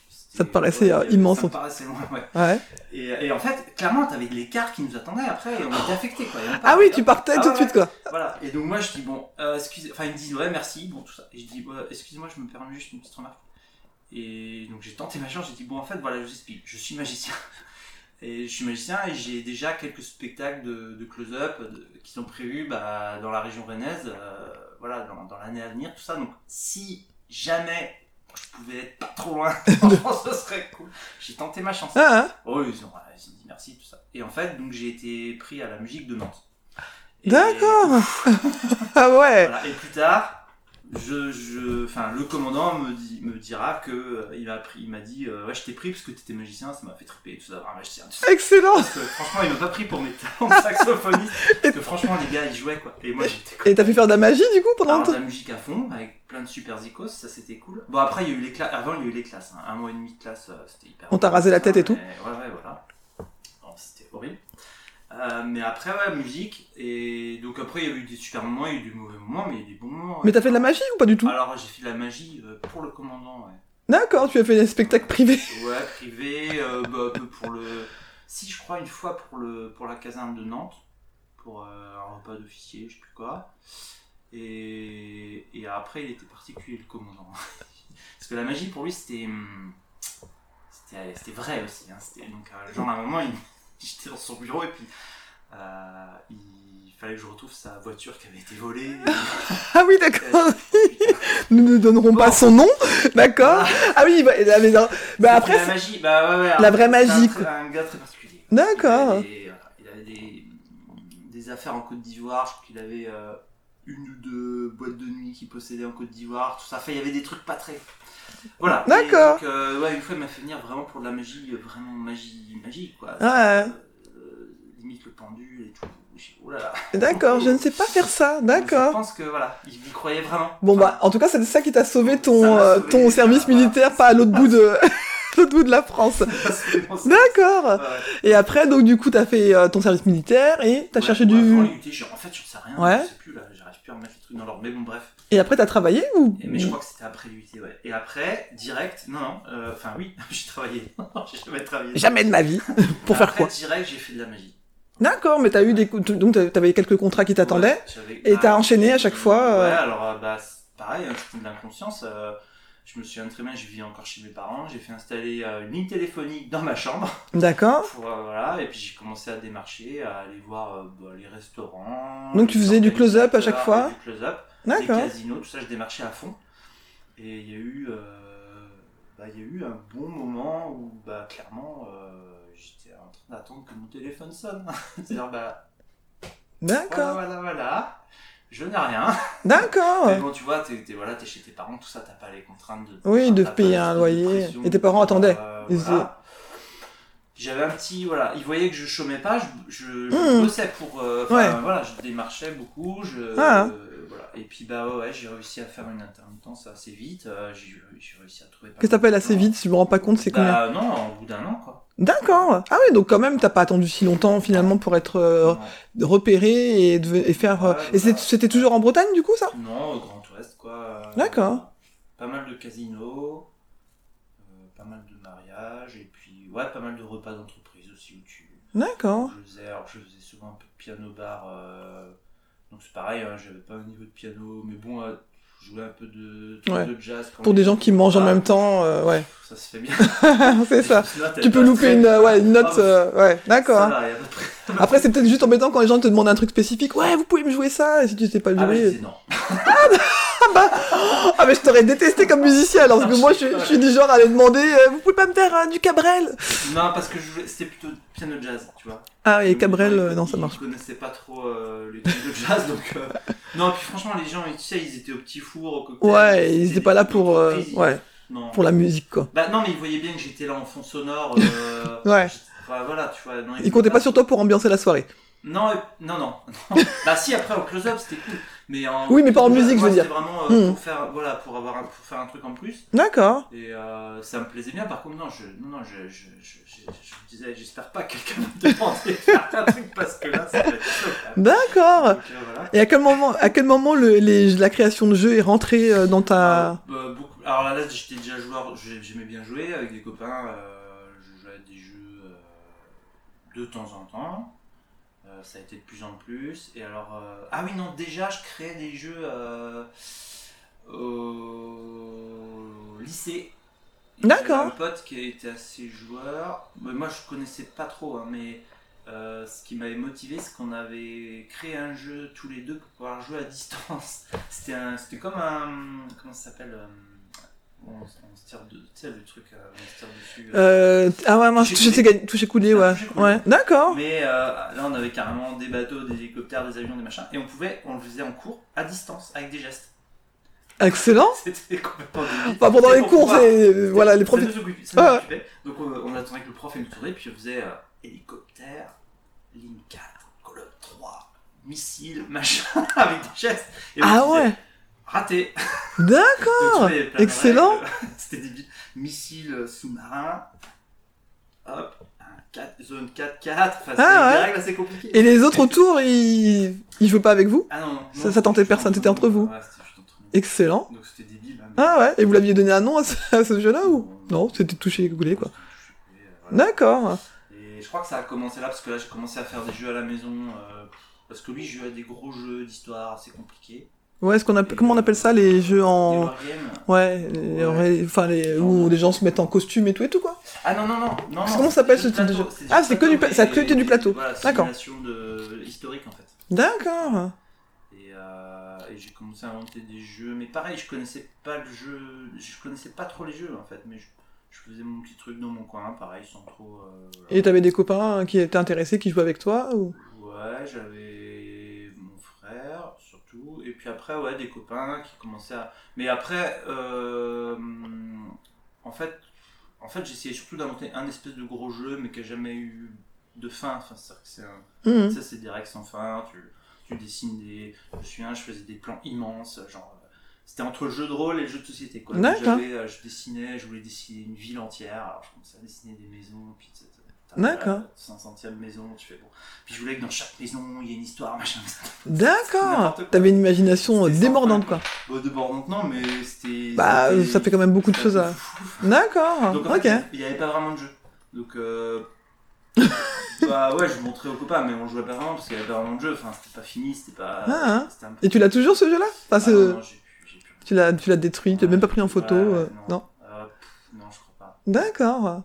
c'était- Ça te paraissait, euh, il y avait- immense, Ça en me paraissait loin, ouais. Ouais. Ah Et, et en fait, clairement, t'avais de l'écart qui nous attendait après et on était affectés, quoi. Il y avait pas- Ah oui, tu partais Ah tout de ouais, suite, quoi. Voilà. Et donc, moi, je dis, bon, euh, excuse... enfin, ils me disent, ouais, merci, bon, tout ça. Et je dis, ouais, excuse-moi, je me permets juste une petite remarque. Et donc, j'ai tenté ma chance, j'ai dit, bon, en fait, voilà, je vous explique, je suis magicien. [laughs] Et je suis magicien et j'ai déjà quelques spectacles de, de close-up de- qui sont prévus bah, dans la région rennaise, euh, voilà, dans, dans l'année à venir, tout ça. Donc, si jamais je pouvais être pas [laughs] trop loin, [laughs] franchement, ce serait cool. J'ai tenté ma chance. Ah, hein. Oh, ils ont, ils ont dit merci, tout ça. Et en fait, donc j'ai été pris à la musique de Nantes. Et- D'accord. ah ouais. voilà. Et plus tard, je, je, enfin, le commandant me, dit, me dira que euh, il m'a pris, il m'a dit, euh, ouais, je t'ai pris parce que t'étais magicien, ça m'a fait triper, tout ça, un magicien. Tout ça. Excellent. Parce que franchement, il m'a pas pris pour mes talents de saxophoniste. parce que franchement, les gars, ils jouaient quoi. Et moi, j'étais quoi. Et t'as pu faire de la magie, du coup, pendant Alors, Ah, de tout. la musique à fond, avec plein de super zikos, ça c'était cool. Bon, après, il y a eu les classes. Avant, il y a eu les classes. hein. Un mois et demi de classe, euh, c'était hyper. On t'a rasé la tête et tout Ouais, ouais, voilà. Non, C'était horrible. Euh, mais après, ouais, musique. Et donc, après, il y a eu des super moments, il y a eu des mauvais moments, mais il y a eu des bons moments. ouais. Mais t'as fait de la magie ou pas du tout Alors, j'ai fait de la magie euh, pour le commandant, ouais. D'accord, tu as fait des spectacles [laughs] privés. Ouais, privé, euh, bah, un peu pour le. Si, je crois, une fois pour, le... pour la caserne de Nantes, pour euh, un repas d'officier, je sais plus quoi. Et... et après, il était particulier, le commandant. [laughs] Parce que la magie, pour lui, c'était. hum, C'était c'était vrai aussi. hein. C'était- Donc, euh, genre, à un moment, il... [laughs] j'étais dans son bureau et puis. euh, il fallait que je retrouve sa voiture qui avait été volée. euh, Ah oui, [laughs] d'accord. [laughs] Nous ne donnerons pas son nom. D'accord. Ah oui, bah, là, mais non. bah après, la magie, bah ouais, ouais, la un- vraie c'est un magie, très- Un, gars très particulier. c'est- d'accord. Il avait, euh, il avait des, des affaires en Côte d'Ivoire. Je crois qu'il avait euh, une ou deux boîtes de nuit qu'il possédait en Côte d'Ivoire. Tout ça. Enfin, il y avait des trucs pas très. Voilà. Et D'accord. donc, euh, ouais, une fois, il m'a fait venir vraiment pour de la magie, euh, vraiment magie, magie, quoi. Ouais. Euh, limite le pendu et tout. J'ai- Oh là là. D'accord, je ne sais pas faire ça. Je D'accord. pense que voilà, il y croyait vraiment. Bon bah, en tout cas, c'est ça qui t'a sauvé ton Ça m'a euh, sauvé. ton service Voilà. militaire, pas à l'autre bout de [laughs] l'autre bout de la France. [laughs] D'accord. Ouais. Et après, donc du coup, t'as fait euh, ton service militaire et t'as Ouais, cherché ouais, avant du. l'IUT, j'ai- en fait, j'en sais rien. Ouais. Je sais plus, là, j'arrive plus à remettre les trucs dans l'ordre. Mais bon, bref. Et après, t'as travaillé ou Et- mais je crois que c'était après l'UT, ouais. Et après, direct, non, non, euh, enfin oui, [laughs] j'ai travaillé. j'ai jamais travaillé. jamais de ma vie Pour faire Après, quoi direct, j'ai fait de la magie. D'accord, mais t'as eu des coups- donc t'as- t'avais quelques contrats qui t'attendaient. Ouais, j'avais- Et bah, t'as enchaîné à chaque fois, euh. Ouais, alors, euh, bah, c'est pareil, hein, c'était de l'inconscience. euh, je me souviens très bien, je vis encore chez mes parents. J'ai fait installer euh, une ligne téléphonique dans ma chambre. [laughs] D'accord. Pour, euh, voilà, et puis j'ai commencé à démarcher, à aller voir euh, bah, les restaurants. Donc tu les faisais du close-up à chaque organisateurs, fois Du close-up. les D'accord. casinos, tout ça, je démarchais à fond. Et il y a eu, euh, bah, il y a eu un bon moment où, bah, clairement, euh, j'étais en train [laughs] d'attendre que mon téléphone sonne. C'est-à-dire, bah, D'accord. voilà, voilà, voilà. Je n'ai rien. D'accord Mais bon, tu vois, t'es t'es- voilà, t'es chez tes parents, tout ça, t'as pas les contraintes de. Oui, de t'as pas payer la- un de loyer. pression, Et tes parents euh, attendaient. Ils voilà. J'avais un petit, voilà, ils voyaient que je chômais pas, je, je, je Hmm. bossais pour, euh, enfin, Ouais. voilà, je démarchais beaucoup, je, Ah. euh, voilà. Et puis bah ouais, ouais, j'ai réussi à faire une intermittence assez vite, euh, j'ai j'ai réussi à trouver. pas Qu'est-ce que mal t'appelles de assez temps. vite Je me rends pas compte, c'est combien Bah non, au bout d'un an quoi. D'accord Ah oui, donc quand même, t'as pas attendu si longtemps finalement pour être euh, repéré et, de- et faire... euh, Ouais, Et c'est- bah. c'était toujours en Bretagne du coup, ça Non, au Grand Ouest, quoi. euh, D'accord. Pas mal de casinos, euh, pas mal de mariages, et puis, ouais, pas mal de repas d'entreprise aussi où tu. D'accord. Je faisais, alors, je faisais souvent un peu de piano-bar. euh, donc, c'est pareil, hein, j'avais pas un niveau de piano, mais bon, euh, je jouais un peu de, trucs Ouais. de jazz. quand Pour on des était gens qui petit, mangent en voilà. même temps, euh, ouais. [laughs] Ça se fait bien. c'est [laughs] ça. Sinon, t'as Tu peux pas louper de- une, euh, ouais, une Ah, note, bah, euh, ouais, ça d'accord. Ah, va, y a pas de- Après, c'est peut-être juste embêtant quand les gens te demandent un truc spécifique. Ouais, vous pouvez me jouer ça, et si tu sais pas le Ah, bah, je jouer. disais non. Ah, mais je t'aurais détesté comme musicien, alors [laughs] que moi, je, je suis du genre à aller demander, euh, vous pouvez pas me faire euh, du Cabrel Non, parce que je jouais- c'était plutôt piano-jazz, tu vois. Ah, et Donc, Cabrel, ils- euh, non, ça marche. Ils connaissaient pas trop euh, les trucs de jazz, donc. [laughs] euh, Non, puis franchement, les gens, tu sais, ils étaient au petit four, au cocktail. Ouais, c'était ils étaient des pas là petites pour, euh, entreprises, ils- ouais, Non. pour la musique, quoi. Bah non, mais ils voyaient bien que j'étais là en fond sonore. euh, [laughs] Ouais. j'étais- enfin, voilà, tu vois. Non, Ils comptaient pas sur toi pour ambiancer la soirée. Non, euh, non, non. [laughs] bah si, après en close-up, c'était cool. Mais en... Oui, mais pas en Moi, musique, je veux c'était dire. vraiment euh, Hmm. pour faire, voilà, pour avoir, un- pour faire un truc en plus. D'accord. Et euh, ça me plaisait bien. Par contre, non, je, non, non, je, je, je, je, je me disais, j'espère pas que quelqu'un me demande de faire un truc parce que là, ça va être chaud. quand même. D'accord. Donc, euh, voilà. Et à quel moment, à quel moment le, les- la création de jeu est rentrée euh, dans ta... Euh, bah, beaucoup- Alors là, là, j'étais déjà joueur, j'ai- j'aimais bien jouer avec des copains. euh, je jouais à des jeux euh, de temps en temps. Euh, ça a été de plus en plus. Et alors, euh, ah oui, non, déjà, je créais des jeux euh, au lycée. Et D'accord. j'avais Un pote qui était assez joueur. Mais moi, je connaissais pas trop, hein, mais euh, ce qui m'avait motivé, c'est qu'on avait créé un jeu tous les deux pour pouvoir jouer à distance. C'était un- c'était comme un. Comment ça s'appelle euh, On, on se tire de. Tu sais, le truc, euh, on se tire dessus. euh. Euh, ah ouais, mince, Toucher toucher, toucher, toucher coulier, Ah, ouais. toucher coulier. Ouais, d'accord. Mais euh, là, on avait carrément des bateaux, des hélicoptères, des avions, des machins. Et on pouvait, on le faisait en cours, à distance, avec des gestes. Excellent. [laughs] C'était complètement débile. Enfin, pendant C'est les pour cours, pouvoir- c'est, euh, voilà, les ça profs. Ah. nous occupait- ça nous Ouais. occupait. Donc on, on attendait que le prof ait nous tourner, puis on faisait euh, hélicoptère, ligne 4, colonne 3, missile, machin, [laughs] avec des gestes. Et on Ah disait, ouais. Raté D'accord. Donc, tu fais plein [laughs] de excellent. règles. [laughs] C'était débile. Missile euh, sous-marin. Hop. un 4, zone 4-4. Enfin, c'était Ah, des ouais. règles assez compliquées. Et les autres autour, ils, ils jouent pas avec vous? Ah non, non, Ça- ça tentait c'était personne, c'était entre vous. Ouais, c'était juste entre nous. Excellent. Donc c'était débile. hein, mais- Ah ouais. Et vous l'aviez donné un nom à ce, à ce jeu-là ou? Non, c'était toucher coulier, quoi. euh, Voilà. D'accord. Et je crois que ça a commencé là parce que là j'ai commencé à faire des jeux à la maison. euh, parce que lui, je jouais à des gros jeux d'histoire assez compliqués. euh, Ouais, ce qu'on appelle, comment on appelle ça, les jeux Des en, wargames. ouais, les- Ouais. enfin, les, où les gens se mettent en costume et tout et tout, quoi. Ah non, non, non, non. Parce que non, comment s'appelle c'est ce type de plateau, jeu du Ah, c'est que du pla- mais- ça a que été du plateau. Voilà, D'accord. simulation de... historique en fait. D'accord. Et, euh, et j'ai commencé à inventer des jeux. Mais pareil, je connaissais pas le jeu. Je connaissais pas trop les jeux en fait. Mais je, je faisais mon petit truc dans mon coin, pareil, sans trop. euh, voilà. Et t'avais des copains qui étaient intéressés, qui jouaient avec toi ou... Ouais, j'avais mon frère surtout. Et puis après, ouais, des copains qui commençaient à. Mais après, euh, en fait, en fait j'essayais surtout d'inventer un espèce de gros jeu, mais qui a jamais eu de fin. Enfin, c'est-à-dire que c'est un. Mhm. Ça, c'est des règles sans fin. Tu, tu dessines des. Je me souviens, je faisais des plans immenses. Genre, euh, c'était entre le jeu de rôle et le jeu de société. Quoi. Donc, D'accord. j'avais, euh, je dessinais, je voulais dessiner une ville entière. Alors, je commençais à dessiner des maisons. Puis, t'as- t'as- t'as D'accord. la 500e maison. Tu fais bon. Puis, je voulais que dans chaque maison, il y ait une histoire, machin. D'accord. n'importe quoi. T'avais une imagination euh, C'était sans débordante, quoi. fin. Bon, de bord, donc, non, mais c'était. Bah, c'était- ça fait quand même beaucoup de ça choses fait à- fou, fou. D'accord. Donc, en Ok. fait, il n'y avait pas vraiment de jeu. [laughs] Donc, euh, bah ouais, je montrais aux copains, mais on jouait pas vraiment parce qu'il n'y avait pas vraiment de jeu. Enfin, c'était pas fini, c'était pas. Ah, hein. c'était un peu- Et tu l'as toujours ce jeu-là Enfin, Ah, c'est- non, non, j'ai plus- j'ai plus. tu l'as, tu l'as détruit. Tu l'as même pas pris en photo. Ouais, euh, non. Non. Euh, pff, non, je crois pas. D'accord. Non.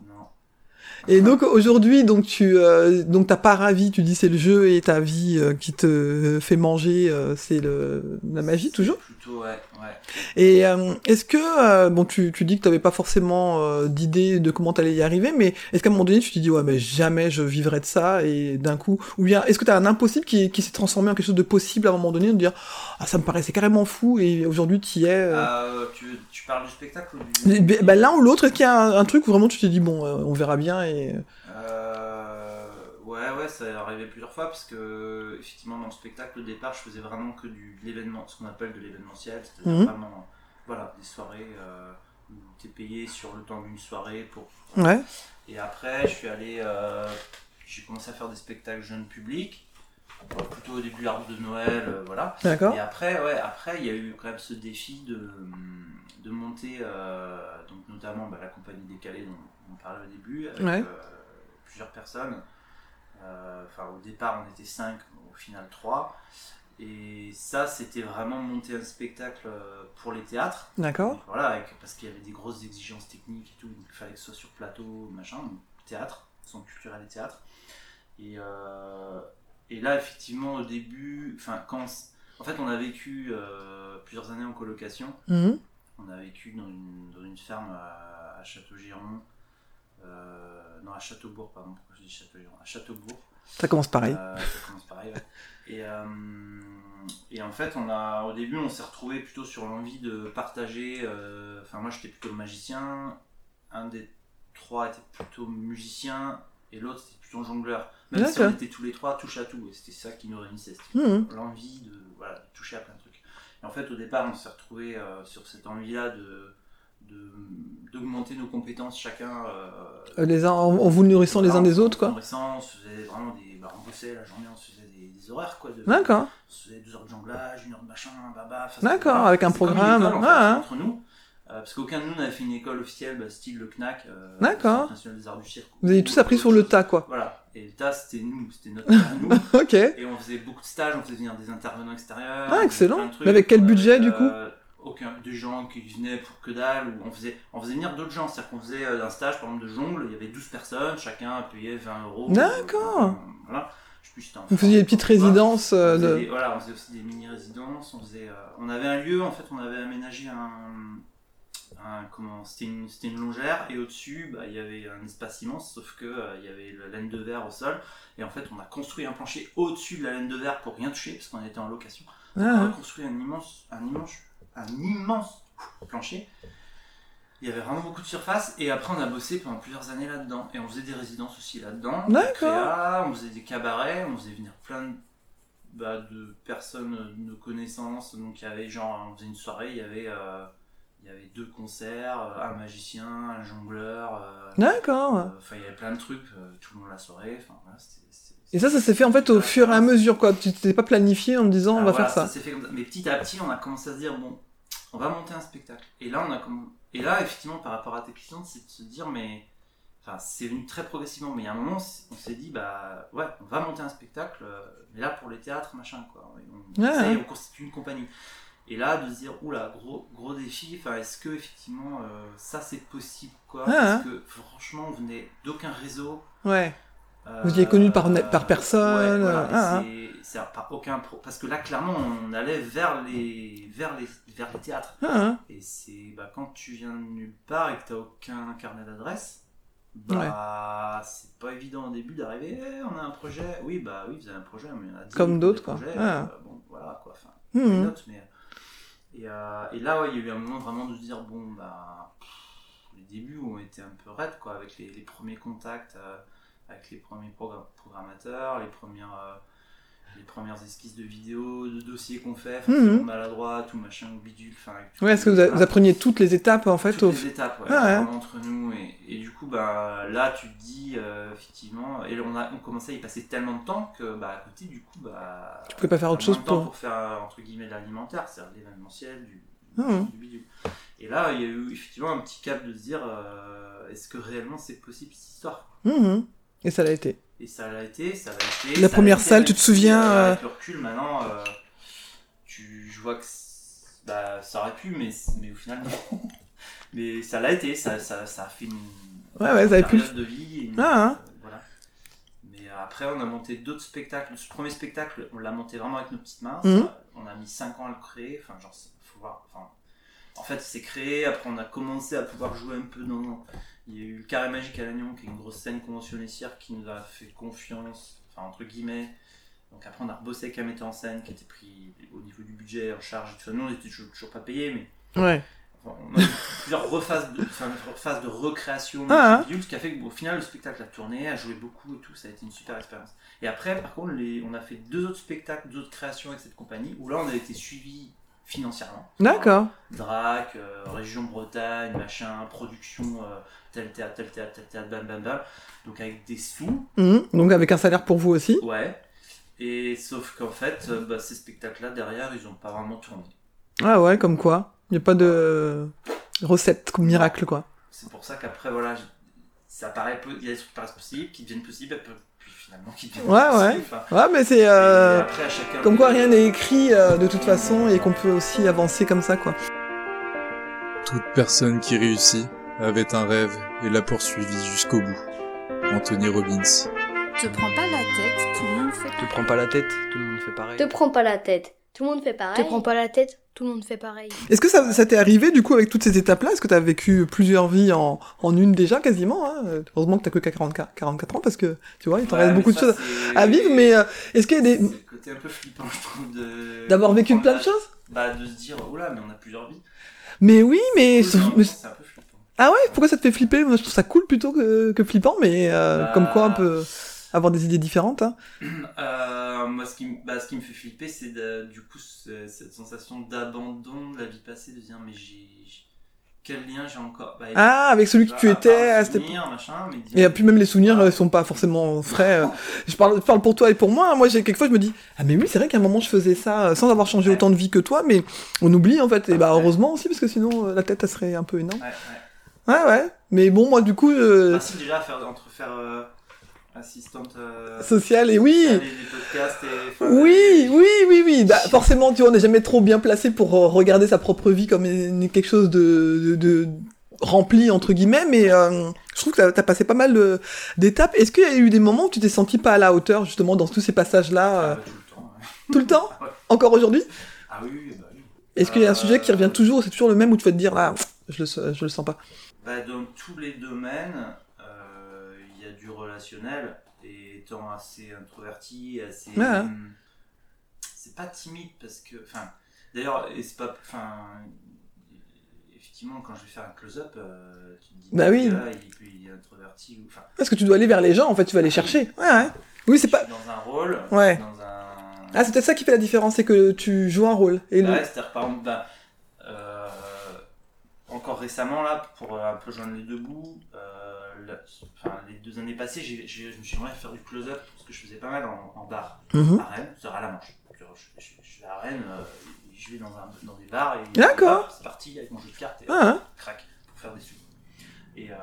Et donc aujourd'hui, donc tu, euh, donc ta paravie, tu dis c'est le jeu et ta vie euh, qui te fait manger, euh, c'est le la magie toujours. Plutôt, ouais. Ouais. Et euh, est-ce que, euh, bon, tu, tu dis que t'avais pas forcément euh, d'idée de comment t'allais y arriver, mais est-ce qu'à un moment donné, tu t'es dit, ouais, mais jamais je vivrai de ça, et d'un coup, ou bien est-ce que t'as un impossible qui, qui s'est transformé en quelque chose de possible à un moment donné, de dire, ah, ça me paraissait carrément fou, et aujourd'hui, t'y es euh... Euh, tu, veux- tu parles du spectacle ou Mais- du... mais- bah, L'un ou l'autre, est-ce qu'il y a un, un truc où vraiment tu t'es dit, bon, euh, on verra bien, et... Euh, ouais, ouais, ça est arrivé plusieurs fois parce que, effectivement, dans le spectacle, au départ, je faisais vraiment que du, de l'événement, ce qu'on appelle de l'événementiel, c'est-à-dire Mhm. vraiment voilà, des soirées euh, où tu es payé sur le temps d'une soirée. Pour... Ouais, Et après, je suis allé, euh, j'ai commencé à faire des spectacles jeunes publics, euh, plutôt au début l'arbre de Noël, euh, voilà. d'accord. Et après, ouais, après, il y a eu quand même ce défi de, de monter, euh, donc notamment bah, la compagnie décalée dont on parlait au début, avec Ouais. euh, plusieurs personnes. Euh, Enfin, au départ, on était cinq, au final trois. Et ça, c'était vraiment monter un spectacle euh, pour les théâtres. D'accord. Donc, Voilà, avec- parce qu'il y avait des grosses exigences techniques et tout, donc il fallait que ce soit sur plateau, machin, donc théâtre, centre culturel et théâtre. Et, euh, et là, effectivement, au début, enfin, quand. En fait, on a vécu euh, plusieurs années en colocation. Mhm. On a vécu dans une, dans une ferme à, à Château-Giron. euh, non, à Châteaubourg, pardon, pourquoi je dis Château-Giron À Châteaubourg. Ça commence pareil. Euh, ça commence pareil, ouais. Et, euh, et en fait, on a, au début, on s'est retrouvé plutôt sur l'envie de partager. euh, Enfin, moi, j'étais plutôt magicien. Un des trois était plutôt musicien et l'autre était plutôt jongleur. Même si on D'accord. était tous les trois touche à tout, et c'était ça qui nous réunissait. c'était Mhm. l'envie de, voilà, de toucher à plein de trucs. Et en fait, au départ, on s'est retrouvé sur cette envie-là de de- d'augmenter nos compétences chacun euh, Euh, Les uns, en, en vous nourrissant les uns voilà, des autres, en quoi. nourrissant, on se faisait vraiment des bah, on bossait la journée on se faisait des, des horaires quoi de, D'accord. on se faisait deux heures de jonglage une heure de machin baba enfin, D'accord, c'était- avec un c'était comme une programme, école, en fait, ouais, hein. entre nous Euh, parce qu'aucun de nous n'avait fait une école officielle bah, style le CNAC euh, D'accord. le Centre national des arts du cirque Vous avez ou tous appris autre sur le chose. tas, quoi. voilà et le tas c'était nous c'était notre [laughs] tas à nous Ok. et on faisait beaucoup de stages, on faisait venir des intervenants Ah, extérieurs. on faisait excellent. plein de trucs, Mais avec quel budget, du euh, Aucun. Des gens qui venaient pour que dalle. Ou on, faisait, on faisait venir d'autres gens. C'est-à-dire qu'on faisait euh, un stage, par exemple, de jongle. Il y avait 12 personnes, chacun payait 20 euros. D'accord. Euh, voilà. Je sais plus si c'était en Vous faisiez des France, petites je sais pas. résidences On euh, faisait de... des- voilà, on faisait aussi des mini-résidences. On, faisait, euh, on avait un lieu, en fait, on avait aménagé un. un- comment C'était une, c'était une longère et au-dessus, bah, il y avait un espace immense, sauf que euh, il y avait la laine de verre au sol. Et en fait, on a construit un plancher au-dessus de la laine de verre pour rien toucher, parce qu'on était en location. On a Ah, construit un immense, un immense, un immense plancher. Il y avait vraiment beaucoup de surface et après on a bossé pendant plusieurs années là-dedans et on faisait des résidences aussi là-dedans. des D'accord. créas, On faisait des cabarets, on faisait venir plein de, bah, de personnes euh, de nos connaissances. Donc il y avait genre, on faisait une soirée, il y avait, euh, il y avait deux concerts, euh, un magicien, un jongleur. euh, D'accord. euh, Enfin il y avait plein de trucs euh, tout le long de la soirée. Enfin, voilà, c'était- c'était- Et ça, ça s'est fait en fait au fur et à mesure, quoi. Tu t'es pas planifié en me disant, on va alors faire Ah, voilà, ça. s'est fait comme ça. Mais petit à petit, on a commencé à se dire bon, on va monter un spectacle. Et là, on a comme... et là effectivement, par rapport à tes clients, c'est de se dire mais, enfin, c'est venu très progressivement. Mais il y a un moment, on s'est dit bah ouais, on va monter un spectacle. euh, Mais là, pour les théâtres, machin quoi. Et On, Ouais, essaye, ouais. on constitue une compagnie. Et là, de se dire oula, gros gros défi. Enfin, est-ce que effectivement, euh, ça c'est possible quoi Ouais, Parce que franchement, on venait d'aucun réseau. Ouais. Euh, Vous y êtes connu par net- par personne, ouais, voilà, euh, et c'est- c'est par aucun pro- parce que là clairement on allait vers les vers les vers les théâtres Ah, et c'est bah, quand tu viens de nulle part et que t'as aucun carnet d'adresse bah c'est pas évident au début d'arriver Eh, on a un projet oui bah oui vous avez un projet mais il y en a dix, Comme vous avez d'autres, des quoi. projets, Ah. euh, bon voilà quoi enfin, hein. des Hmm. notes, mais- Et, euh, et là, ouais, il y a eu un moment vraiment de se dire, bon, bah, pff, les débuts ont été un peu raides, quoi, avec les, les premiers contacts, euh, avec les premiers progra- programmateurs, les premières, euh, les premières esquisses de vidéos, de dossiers qu'on fait, enfin, Mhm. tout maladroit, tout machin, bidule, enfin, avec tout- Ah. Ouais, est-ce que vous, a- vous voilà, appreniez toutes les étapes en fait toutes au... les étapes, ouais, Ah ouais. vraiment entre nous, et, et du coup, bah, là, tu te dis, euh, effectivement, et on, a, on commençait à y passer tellement de temps que, bah, à côté, du coup, bah, Tu pouvais pas faire autre en chose même temps, pour. pour faire euh, entre guillemets de l'alimentaire, c'est-à-dire de l'événementiel, du, Mhm. du bidule. Et là, il y a eu effectivement un petit cap de se dire euh, est-ce que réellement c'est possible cette histoire Mhm. Et ça l'a été. Et ça l'a été, ça l'a été. La ça première l'a été, salle, même tu te si, souviens, euh, euh, Avec le recul maintenant, euh, tu, je vois que c'est- bah, ça aurait pu, mais, mais au final, non. [laughs] mais ça l'a été, ça, ça, ça a fait une Ouais, ouais, vous avez pu le- période de vie. une- Ah, hein. euh, voilà. Mais euh, après, on a monté d'autres spectacles. Ce premier spectacle, on l'a monté vraiment avec nos petites mains. Mhm. Ça, on a mis 5 ans à le créer. Enfin, genre, c'est- faut voir. Enfin, en fait, c'est créé. Après, on a commencé à pouvoir jouer un peu dans. Il y a eu le Carré Magique à Lannion, qui est une grosse scène conventionnée cirque, qui nous a fait confiance, enfin, entre guillemets. Donc après, on a rebossé avec un metteur en scène qui était pris au niveau du budget, en charge. et Tout ça. Nous, on n'était toujours, toujours pas payés, mais Ouais. Enfin, on a [laughs] eu plusieurs rephases de, enfin, rephases de recréation Ah, hein. du ce qui a fait qu'au final le spectacle a tourné, a joué beaucoup et tout, ça a été une super expérience. Et après, par contre, les- on a fait deux autres spectacles, deux autres créations avec cette compagnie, où là on a été suivi financièrement. D'accord. Drac, euh, Région Bretagne, machin, production, euh, tel théâtre, tel théâtre, tel théâtre, bam bam bam. Donc avec des sous, Mhm. Donc avec un salaire pour vous aussi. ouais. Et sauf qu'en fait, euh, bah, ces spectacles-là derrière, ils ont pas vraiment tourné. Ah ouais, comme quoi. Il n'y a pas de recette, comme miracle, quoi. C'est pour ça qu'après, voilà, j- ça paraît peu... il y a des trucs qui paraissent possibles, qui deviennent possibles, peu- puis finalement qui deviennent Ouais, possibles. ouais. Enfin, Ouais, mais c'est... et euh, après, à chacun Comme quoi rien n'est écrit euh, de toute façon et qu'on peut aussi avancer comme ça, quoi. Toute personne qui réussit avait un rêve et l'a poursuivi jusqu'au bout. Anthony Robbins. Te prends pas la tête, tout le monde fait. Te prends pas la tête, tout le monde fait pareil. Te prends pas la tête. Tout le monde fait pareil. Te prends pas la tête. Tout le monde fait pareil. Est-ce que ça, ça t'est arrivé du coup avec toutes ces étapes-là Est-ce que t'as vécu plusieurs vies en, en une déjà quasiment hein Euh, Heureusement que t'as que 44, 44 ans parce que tu vois, il t'en Ouais, reste mais beaucoup de ça, choses c'est- à vivre, mais euh, est-ce qu'il y a C'est des... le côté un peu flippant, je trouve, de. d'avoir vécu plein de Bah, choses Bah, de se dire, oula, mais on a plusieurs vies. Mais oui, mais... Du coup, dans le mais- sens, C'est un peu flippant. Ah ouais, pourquoi ça te fait flipper Moi je trouve ça cool plutôt que, que flippant, mais euh, Bah, comme quoi on peut avoir des idées différentes. Hein. [clears throat] Euh, moi, ce qui, me- bah, ce qui me fait flipper, c'est de- du coup ce- cette sensation d'abandon de la vie passée, de se dire, mais j'ai. j'ai- Quel lien j'ai encore bah, Ah, avec celui que tu à part étais le à cette époque. souvenir, machin, mais dire- Ah. Et puis même les souvenirs euh, sont pas forcément frais. euh. Je parle, je parle pour toi et pour moi. hein. Moi, j'ai quelquefois je me dis ah mais oui c'est vrai qu'à un moment je faisais ça euh, sans avoir changé autant de vie que toi, mais on oublie en fait. Et bah heureusement aussi parce que sinon euh, la tête elle serait un peu énorme. Ouais, ouais. Ouais ouais. Mais bon moi du coup euh, Ah, si, déjà, faire, entre faire euh, assistante. euh, social et oui. faire des- des podcasts et. enfin, Oui, des- oui, oui, oui. Bah, forcément, tu vois, on n'est jamais trop bien placé pour euh, regarder sa propre vie comme une- quelque chose de, de, de rempli entre guillemets. Mais euh, je trouve que t'as as passé pas mal euh, d'étapes. Est-ce qu'il y a eu des moments où tu t'es senti pas à la hauteur justement dans tous ces passages-là, Ah, euh, bah, tout le temps. ouais. tout le temps, Ouais. encore aujourd'hui Ah oui, oui, bah oui. Est-ce qu'il y a un Euh, sujet qui revient toujours C'est toujours le même où tu vas te dire ah, je le, se- je le sens pas. Bah, dans tous les domaines, euh, il y a du relationnel. Et étant assez introverti, assez. Ouais, ouais. hum, c'est pas timide parce que. Enfin, d'ailleurs, et c'est pas. Enfin. Effectivement, quand je vais faire un close-up, euh, tu te dis. Bah oui. le gars, il, il est introverti. ou- Enfin, Ah Parce que tu dois aller vers les gens. En fait, tu vas les chercher. Ouais, ouais. Oui, c'est je pas. suis dans un rôle. Ouais. Dans un. Ah, c'est peut-être ça qui fait la différence, c'est que tu joues un rôle. Et le- Bah ouais, c'est-à-dire, par exemple, bah, euh, encore récemment, là, pour euh, un peu joindre les deux bouts, euh, la- enfin, les deux années passées, j'ai, j'ai- je me suis aimé faire du close-up, parce que je faisais pas mal en, en bar, Mhm. à Rennes, c'est-à-dire à la manche. Je, je- je- je vais à Rennes, euh, je vais dans, un, dans des bars, et D'accord. hop, c'est parti avec mon jeu de cartes, et Ah, hein. crac, pour faire des sous. Et, euh,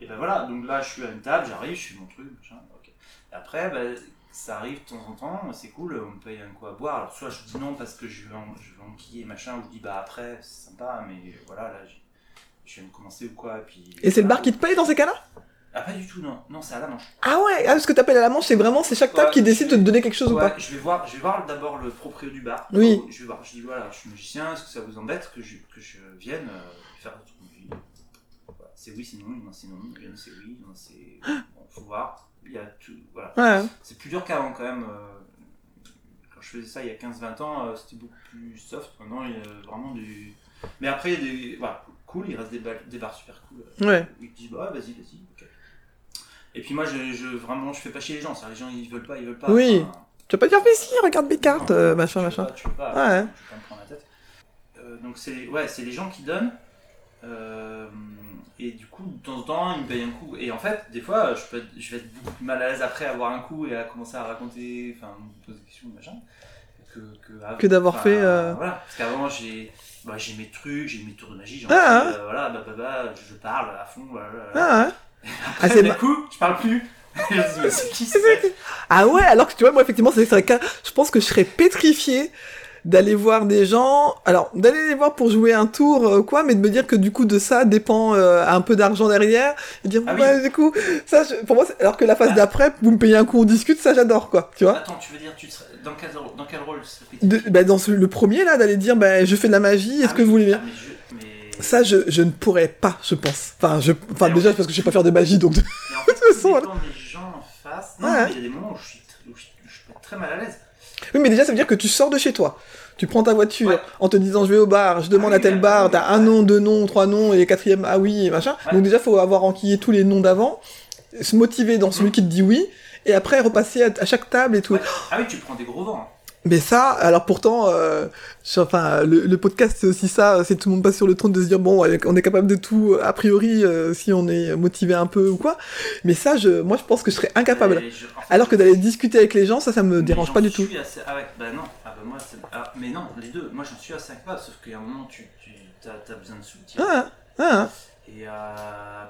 et ben voilà, donc là, je suis à une table, j'arrive, je fais mon truc, machin, ok. Et après, ben, ça arrive de temps en temps, c'est cool, on me paye un coup à boire. Alors, soit je dis non parce que je vais, en, je vais enquiller, machin, ou je dis bah après, c'est sympa, mais voilà, là, j'ai- je viens de commencer ou quoi. Et, puis, Et c'est le bar qui te paye dans ces cas-là Ah, pas du tout, non, non, c'est hein, à la manche. Ah ouais, ah, ce que t'appelles à la manche, c'est vraiment c'est chaque table Ouais. qui décide de te donner quelque chose ou Ouais, pas. je vais voir, je vais voir d'abord le proprio du bar. Oui. Je vais voir, je dis voilà, je suis magicien, est-ce que ça vous embête que je, que je vienne euh, faire votre vie Voilà. C'est oui, c'est non, non, c'est non, non, c'est oui, non, c'est. Bon, faut voir, il y a tout, voilà. Ouais. C'est plus dur qu'avant quand même. euh, Quand je faisais ça il y a 15-20 ans, euh, c'était beaucoup plus soft. Maintenant, il y a vraiment du. Mais après, il y a des. Voilà, cool, il reste des, ba- des bars super cool. euh, Ouais. où Ils te disent, bah ouais, vas-y, vas-y. ok. Et puis moi, je, je- vraiment, je fais pas chier les gens. C'est-à-dire, Les gens, ils veulent pas, ils veulent pas. Oui. Enfin, Tu vas pas dire, mais si, regarde mes cartes, non, euh, tu machin, peux machin. pas, tu peux pas, Ouais. je vais pas me prendre la tête. Euh, donc, c'est ouais, c'est les gens qui donnent. euh, et du coup, de temps en temps, ils me payent un coup. Et en fait, des fois, je, peux être- je vais être beaucoup plus mal à l'aise après avoir un coup et à commencer à raconter, enfin, me poser des questions, machin. Que, que, avant. Que d'avoir Enfin, fait, euh, Voilà, parce qu'avant, j'ai bah, j'ai mes trucs, j'ai mes tours de magie, j'en Ah, fais, euh, voilà, bah, bah, bah, je parle à fond. voilà, voilà. Ah, ouais. Ah, Après, c'est d'un ma- coup, je parle plus. [laughs] je me dis, [laughs] mais c'est qui ce ah ouais, alors que tu vois, moi, effectivement, c'est vrai que je pense que je serais pétrifiée d'aller voir des gens, alors d'aller les voir pour jouer un tour euh, quoi, mais de me dire que du coup de ça dépend euh, un peu d'argent derrière et dire Ah oui. Ah. ouais, du coup ça je- pour moi c'est- alors que la phase d'après vous me payez un coup on discute ça j'adore quoi, tu vois. Attends, tu veux dire, tu te serais- dans, quel, dans quel rôle tu serais De, bah, dans ce- le premier là d'aller dire bah je fais de la magie, est-ce Ah que oui, vous voulez bien ah, mais je- mais- ça, je, je ne pourrais pas, je pense. Enfin, je, enfin Mais déjà, ouais. parce que je sais pas faire de magie, donc... Mais [laughs] en fait, toute ça façon, dépend des gens en face. Non, Ouais. mais il y a des moments où je suis, tr- où je, où je peux être très mal à l'aise. Oui, mais déjà, ça veut dire que tu sors de chez toi. Tu prends ta voiture Ouais. en te disant je vais au bar, je demande Ah à oui, tel mais- bar, t'as un nom, deux noms, trois noms, et le quatrième, ah oui, et machin. Ouais. Donc déjà, faut avoir enquillé tous les noms d'avant, se motiver dans celui qui te dit oui, et après repasser à, à chaque table et tout. Ouais. Ah oui, tu prends des gros vents. Mais ça, alors pourtant, euh, je- enfin, le, le podcast c'est aussi ça, c'est tout le monde passe sur le trône de se dire bon, avec- on est capable de tout a priori euh, si on est motivé un peu ou quoi. Mais ça, je, moi, je pense que je serais incapable. Et je- en fait, Alors que d'aller discuter avec les gens, ça, ça me mais dérange j'en pas du tout. suis assez- Ah ouais, bah non. Ah bah moi, c'est- ah, mais non, les deux. Moi, j'en suis assez incapable. Sauf qu'il y a un moment, tu, tu as, besoin de soutien. Ah, ah, Et euh,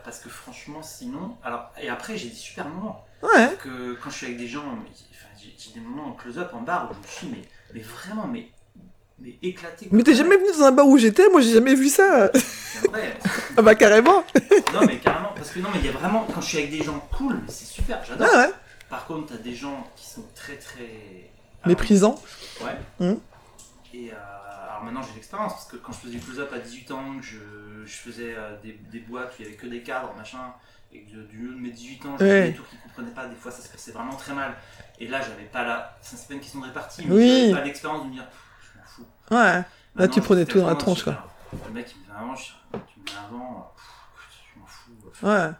parce que franchement, sinon. Alors, et après, j'ai des super moments. ouais. Que quand je suis avec des gens, mais- enfin, j'ai j'ai des moments en close-up, en bar, où je me suis, mais, mais vraiment, mais, mais éclaté. Mais t'es jamais venu dans un bar où j'étais, moi j'ai jamais vu ça. [laughs] C'est vrai. Ah bah carrément. Non mais carrément, parce que non mais il y a vraiment, quand je suis avec des gens cool, mais c'est super, j'adore. Ah ouais. Par contre, t'as des gens qui sont très très... alors, Méprisant. Ouais. Hum. Et euh, alors maintenant j'ai l'expérience, parce que quand je faisais du close-up à 18 ans, que je, je faisais euh, des, des boîtes où il y avait que des cadres, machin, et que du haut de mes 18 ans, Ouais. j'avais des tours qui comprenaient pas, des fois ça se passait vraiment très mal. Et là j'avais pas la... ça, C'est pas une question de répartie, mais Oui. j'avais pas l'expérience de me dire, Pff, je m'en fous. Ouais. Là, tu Maintenant, prenais j'étais tout dans la vraiment, tronche, je- Le mec il me fait un manche, tu me mets un vent, Pff, je m'en fous. Ouais.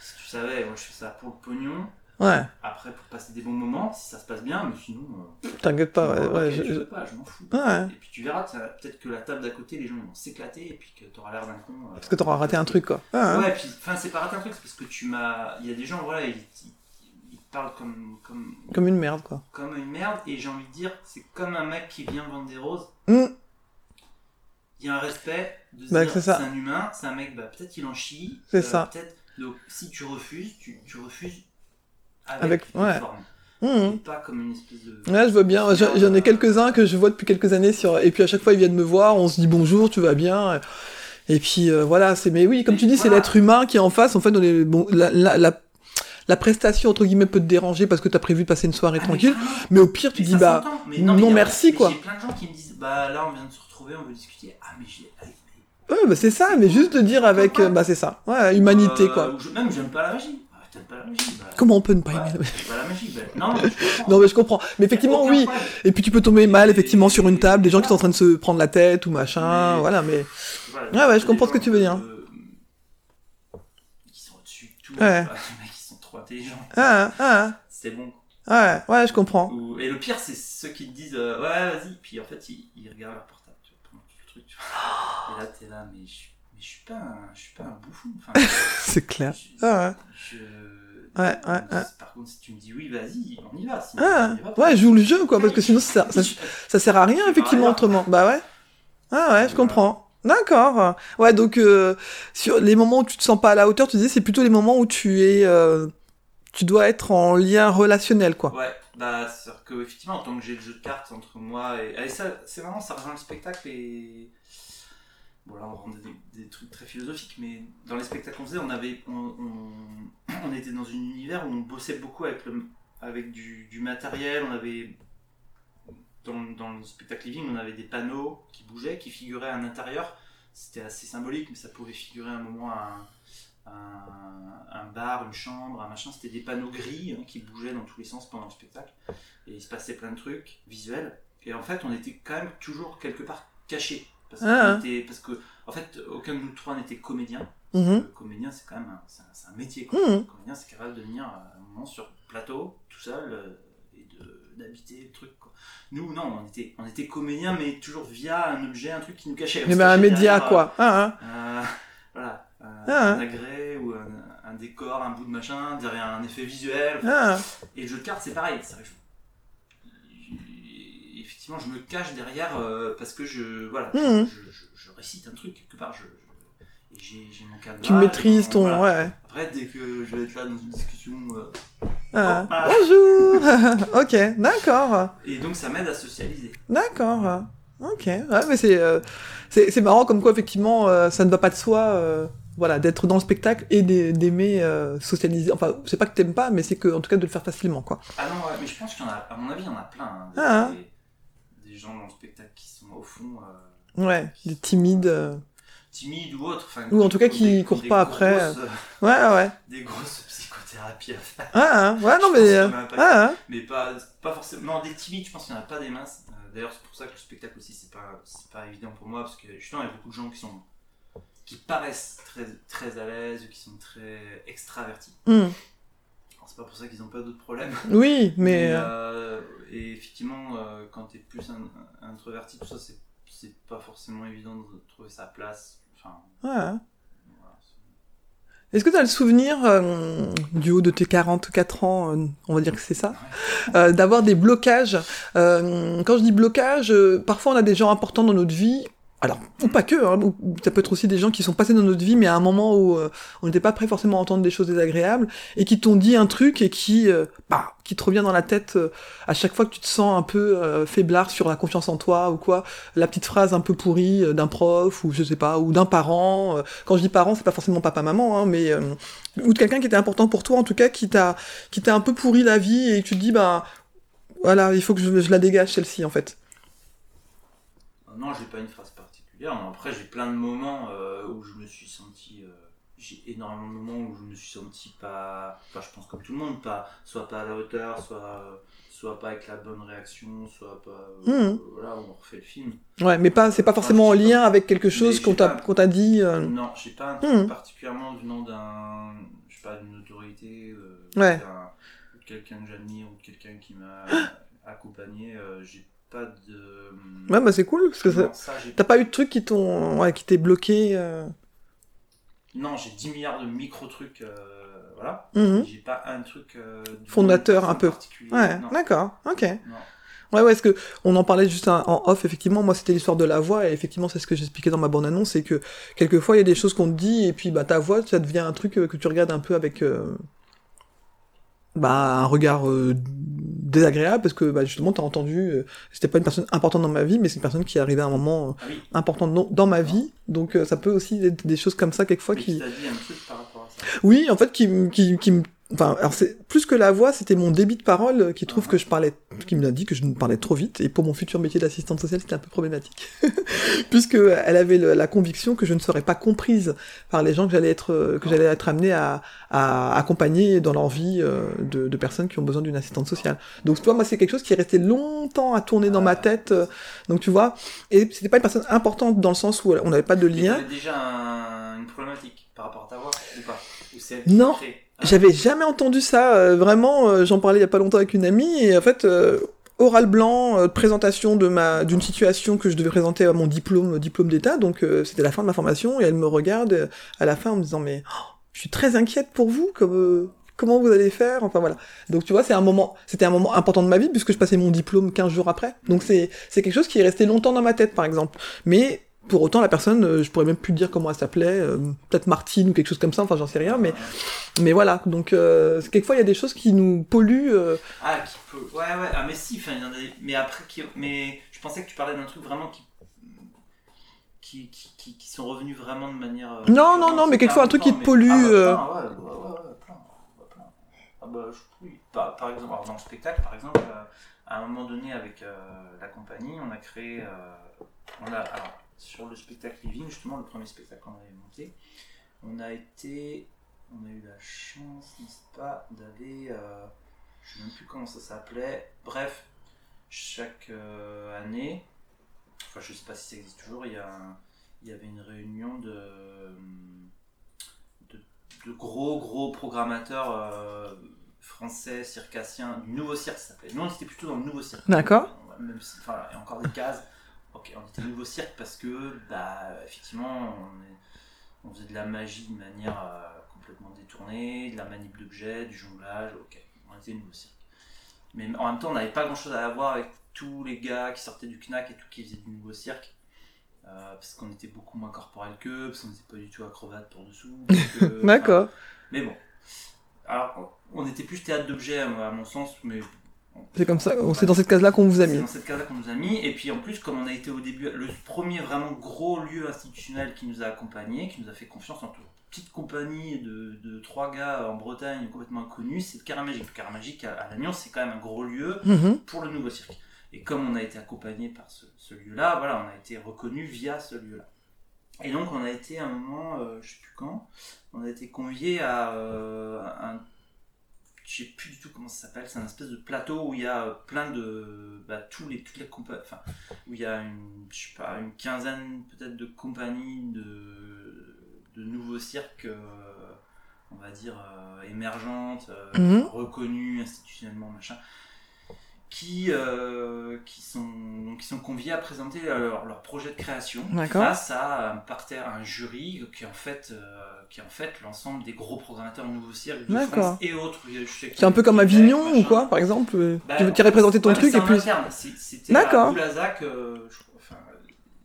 Si tu savais, moi je fais ça pour le pognon, Ouais. après pour passer des bons moments, si ça se passe bien, mais sinon. euh, T'inquiète pas. Ouais. ok, ouais, je, je- je- veux pas, je m'en fous. Ouais. Et puis tu verras, ça- peut-être que la table d'à côté, les gens ils vont s'éclater et puis que t'auras l'air d'un con. euh, Parce que t'auras raté un truc quoi. Ouais, hein. Ouais, puis enfin, c'est pas raté un truc, c'est parce que tu m'as. Il y a des gens, voilà, ils, ils- ils te parlent comme, comme, Comme une merde quoi. comme une merde et j'ai envie de dire, c'est comme un mec qui vient vendre des roses. Hum. Il y a un respect de se Bah, dire, c'est c'est ça. un humain, c'est un mec, bah, peut-être il en chie. C'est euh, ça. Peut-être. Donc si tu refuses, tu, tu refuses avec, Avec- une ouais. forme. Hum. Et pas comme une espèce de. euh, Ouais, je vois bien. J'en j'en ai quelques-uns que je vois depuis quelques années sur. Et puis à chaque fois, ils viennent me voir. On se dit bonjour, tu vas bien. Et puis euh, voilà. C'est mais oui, comme tu dis, c'est l'être humain qui est en face. En fait, on est bon. La, la, la, la prestation entre guillemets peut te déranger parce que t'as prévu de passer une soirée Ah, mais tranquille. carrément. Mais au pire, tu Mais dis ça bah s'entend. Mais non, mais y a- merci, mais quoi. J'ai plein de gens qui me disent bah là on vient de se retrouver, on veut discuter. Ah mais j'ai. ah, mais- ouais, bah, c'est ça. Mais juste de dire avec euh, bah c'est ça. Ouais, humanité Euh, quoi. ou je- Même j'aime pas la magie. Ah, T'aimes pas la magie bah, Comment on peut ne pas ouais, aimer [laughs] la- t'aimes pas la magie bah, Non, mais je comprends. Non mais je comprends. Mais effectivement Aucun oui. problème. Et puis tu peux tomber mal effectivement sur une table, des gens qui sont en Voilà. train de se prendre la tête ou machin, Mais- euh, voilà. Mais Voilà, Ouais, ouais, je des comprends ce que gens, tu veux dire. euh, Qui sont au-dessus de tout. Ouais. bah, Les mecs, ils sont trop intelligents. ah ah C'est bon. ah, ouais ouais je comprends. Ou- Et le pire, c'est ceux qui te disent euh, ouais, vas-y. Puis en fait, ils, ils regardent leur portable tu vois, pendant tout le truc. Tu vois. Et là, t'es là, mais je, mais je suis pas, un, je suis pas un bouffon. Enfin, [laughs] C'est [laughs] clair. je- Ah, je- Ouais, ouais, ouais. Par contre, si tu me dis oui, vas-y, on y va. Sinon, Ah, on y va pas. ouais, joue le jeu, quoi, parce que sinon, ça, ça, ça sert à rien, effectivement, autrement. Bah ouais. Ah ouais, je comprends. D'accord. Ouais, donc, euh, sur les moments où tu te sens pas à la hauteur, tu dis, c'est plutôt les moments où tu es, euh, tu dois être en lien relationnel, quoi. Ouais, bah, c'est-à-dire que, effectivement, en tant que j'ai le jeu de cartes entre moi et. Allez, ça, c'est marrant, ça rejoint le spectacle et. Bon, là, on rendait des, des trucs très philosophiques, mais dans les spectacles qu'on faisait, on, avait, on, [clears throat] on- on était dans un univers où on bossait beaucoup avec, le, avec du, du matériel, on avait. Dans, dans le spectacle living, on avait des panneaux qui bougeaient, qui figuraient à l'intérieur. C'était assez symbolique, mais ça pouvait figurer à un moment un, un, un bar, une chambre, un machin. C'était des panneaux gris hein, qui bougeaient dans tous les sens pendant le spectacle. Et il se passait plein de trucs visuels. Et en fait, on était quand même toujours quelque part cachés. Parce, qu'on Ah, hein. était- parce que, en fait, aucun de nous trois n'était comédien. Mhm. Le comédien, c'est quand même un, c'est un- c'est un métier. Quoi. Mhm. Le comédien, c'est capable de venir à un moment sur plateau, tout seul, euh, et de- d'habiter le truc. Quoi. Nous, non, on était, on était comédien, mais toujours via un objet, un truc qui nous cachait. On Mais se bah, un cachait média, derrière, euh, quoi. Ah, hein. euh, voilà, un, Ah. un agrès ou un, un décor, un bout de machin, derrière un effet visuel. Ah, Et le jeu de cartes, c'est pareil. c'est vrai, je- Effectivement, je me cache derrière euh, parce que je, voilà, je- Mhm. je, je- je récite un truc quelque part. Je, je- et j'ai, j'ai mon cadre. tu maîtrises ton, ouais. Après, dès que je vais être là dans une discussion euh, Ah, Ah. bonjour [laughs] Ok, d'accord, Et donc ça m'aide à socialiser. d'accord. Ok, ouais, mais c'est euh, c'est c'est marrant comme quoi, effectivement, euh, ça ne va pas de soi euh, voilà, d'être dans le spectacle et d'a- d'aimer euh, socialiser. Enfin, c'est pas que t'aimes pas, mais c'est que, en tout cas, de le faire facilement, quoi. Ah non, ouais, mais je pense qu'il y en a, à mon avis, il y en a plein. hein, des, Ah, hein. des- des gens dans le spectacle qui sont au fond euh, Ouais, des timides. euh. timides ou autres. enfin, Ou en tout cas qui des- courent des pas après. grosses, euh, Ouais, ouais. des grosses psychothérapies à faire. Ah, hein, ouais, non, mais... euh, Ah, hein. Mais pas, pas forcément. Non, des timides, je pense qu'il n'y en a pas des masses. Euh, D'ailleurs, c'est pour ça que le spectacle aussi, c'est pas, c'est pas évident pour moi, parce que justement, il y a beaucoup de gens qui sont. qui paraissent très, très à l'aise, ou qui sont très extravertis. hum, Alors, c'est pas pour ça qu'ils n'ont pas d'autres problèmes. Oui, [laughs] mais... euh, euh, et effectivement, euh, quand t'es plus un, un introverti, tout ça, c'est, c'est pas forcément évident de trouver sa place. Enfin, ouais, hein. voilà, c'est- Est-ce que tu as le souvenir, euh, du haut de tes 44 ans, euh, on va dire que c'est ça, euh, d'avoir des blocages Euh, Quand je dis blocage, euh, parfois on a des gens importants dans notre vie, alors, ou pas que, hein, ou- ou ça peut être aussi des gens qui sont passés dans notre vie, mais à un moment où euh, on n'était pas prêt forcément à entendre des choses désagréables, et qui t'ont dit un truc et qui, euh, bah, qui te revient dans la tête euh, à chaque fois que tu te sens un peu euh, faiblard sur la confiance en toi ou quoi, la petite phrase un peu pourrie euh, d'un prof ou je sais pas, ou d'un parent, euh, quand je dis parents, c'est pas forcément papa maman, hein, mais euh, ou de quelqu'un qui était important pour toi en tout cas, qui t'a qui t'a un peu pourri la vie et tu te dis bah voilà, il faut que je, je la dégage celle-ci en fait. Euh, Non, j'ai pas une phrase particulière. mais Après, j'ai plein de moments euh, où je me suis senti. euh, j'ai énormément de moments où je me suis senti pas. Enfin, je pense comme tout le monde, pas. Soit pas à la hauteur, soit, euh, soit pas avec la bonne réaction, soit pas. euh, Mhm. Voilà, on refait le film. Ouais, mais pas c'est pas forcément en lien avec quelque chose Mais qu'on je t'a sais pas. qu'on t'a dit. euh, Non, je sais pas, un truc Mhm. particulièrement venant d'un. Je sais pas, d'une autorité. euh, Ouais. d'un- ou de quelqu'un que j'admire ou de quelqu'un qui m'a accompagné. euh, j'ai pas de. Ouais, bah c'est cool parce que ça- Non, ça, j'ai t'as pas eu de trucs qui t'ont ouais, qui t'est bloqué. euh, Non, j'ai 10 milliards de micro-trucs, euh, voilà. mhm. J'ai pas un truc... euh, de- Fondateur, un peu. particulier, Ouais, non. d'accord, ok. Non. Ouais, ouais, parce que on en parlait juste en en off, effectivement, moi c'était l'histoire de la voix, et effectivement c'est ce que j'expliquais dans ma bande-annonce, c'est que quelquefois il y a des choses qu'on te dit, et puis bah ta voix, ça devient un truc euh, que tu regardes un peu avec euh, bah, un regard euh, désagréable, parce que bah, justement t'as entendu, euh, c'était pas une personne importante dans ma vie, mais c'est une personne qui est arrivée à un moment Ah oui, euh, important dans, dans ma vie, donc euh, ça peut aussi être des choses comme ça quelquefois mais qui... Ah. qui t'a dit un truc par rapport à ça. Oui, en fait, qui, m- qui, qui, me- enfin, alors c'est plus que la voix, c'était mon débit de parole euh, qui trouve que je parlais, qui me l'a dit que je ne parlais trop vite. Et pour mon futur métier d'assistante sociale, c'était un peu problématique, [laughs] puisque euh, elle avait le- la conviction que je ne serais pas comprise par les gens que j'allais être, euh, que j'allais être amenée à, à accompagner dans leur vie euh, de, de personnes qui ont besoin d'une assistante sociale. Donc, toi, moi, c'est quelque chose qui est resté longtemps à tourner dans ma tête. euh, Donc, tu vois, et c'était pas une personne importante dans le sens où on n'avait pas de Mais lien. t'avais déjà un- une problématique par rapport à ta voix, ou pas Ou c'est elle Non. qui crée Ah, J'avais jamais entendu ça, euh, vraiment. euh, J'en parlais il y a pas longtemps avec une amie et en fait, euh, oral blanc, euh, présentation de ma d'une situation que je devais présenter à mon diplôme, diplôme d'état. Donc euh, c'était la fin de ma formation et elle me regarde euh, à la fin en me disant mais oh, je suis très inquiète pour vous comme euh, comment vous allez faire. Enfin voilà. Donc tu vois, c'est un moment, c'était un moment important de ma vie puisque je passais mon diplôme 15 jours après. Donc c'est c'est quelque chose qui est resté longtemps dans ma tête par exemple. Mais pour autant, la personne, euh, je pourrais même plus dire comment elle s'appelait, euh, peut-être Martine ou quelque chose comme ça, enfin j'en sais rien, mais Ah. mais voilà, donc euh, quelquefois il y a des choses qui nous polluent. euh, Ah, qui peut... Ouais, ouais, ah mais si, enfin, il y en a des- Mais après, qui... mais je pensais que tu parlais d'un truc vraiment qui... Qui, qui, qui, qui sont revenus vraiment de manière. euh, Non, non, récurrente, non, mais c'est quelquefois, un pas truc qui te longtemps, pollue, mais- euh. Ah, bah, plein, ouais, ouais, ouais, ouais, plein, ouais, plein. Ah, bah, je- oui, par, par exemple, alors, dans le spectacle, par exemple, euh, à un moment donné, avec euh, la compagnie, on a créé. euh, on a, alors, sur le spectacle Living, justement, le premier spectacle qu'on avait monté, on a été. On a eu la chance, n'est-ce pas, d'aller. euh, je ne sais même plus comment ça s'appelait. Bref, chaque euh, année, enfin je sais pas si ça existe toujours, il y, a un- il y avait une réunion de, de, de gros gros programmateurs euh, français, circassiens, du nouveau cirque ça s'appelait. Nous on était plutôt dans le nouveau cirque. D'accord. Même si, enfin, il y a encore des cases. Ok, on était nouveau cirque parce que, bah, effectivement, on, est- on faisait de la magie de manière euh, complètement détournée, de la manip d'objets, du jonglage, ok, on était nouveau cirque. Mais en même temps, on n'avait pas grand chose à voir avec tous les gars qui sortaient du Knack et tout qui faisaient du nouveau cirque. euh, parce qu'on était beaucoup [laughs] moins corporel qu'eux, parce qu'on n'était pas du tout acrobates pour dessous. parce que- D'accord. mais euh, bon. Alors, on était plus théâtre d'objets, à mon sens, mais. C'est comme ça, c'est dans cette case-là qu'on vous a C'est mis. dans cette case-là qu'on nous a mis. Et puis en plus, comme on a été au début, le premier vraiment gros lieu institutionnel qui nous a accompagnés, qui nous a fait confiance en toute petite compagnie de, de trois gars en Bretagne complètement inconnus, c'est Caramagic. Caramagic à, à Lannion, c'est quand même un gros lieu Mhm. pour le nouveau cirque. Et comme on a été accompagné par ce, ce lieu-là, voilà, on a été reconnu via ce lieu-là. Et donc on a été à un moment, euh, je sais plus quand, on a été convié à euh, un, je sais plus du tout comment ça s'appelle, c'est un espèce de plateau où il y a euh, plein de, bah, tous les, toutes les compagnies, enfin, où il y a une, je sais pas, une quinzaine peut-être de compagnies de, de nouveaux cirques, euh, on va dire euh, émergentes, euh, Mhm. reconnues institutionnellement, machin qui, euh, qui, sont, qui sont conviés à présenter leur, leur projet de création D'accord. face à un parterre, un jury qui est en fait, euh, qui est en fait l'ensemble des gros programmateurs nouveaux cirques de D'accord. France et autres. Je sais C'est un peu que- comme Avignon machin. ou quoi, par exemple euh, Bah, Tu veux- tu irais présenter ton ouais, truc c'est et en puis... interne. C'est- C'était à D'accord. Boulazac, euh, je crois, enfin,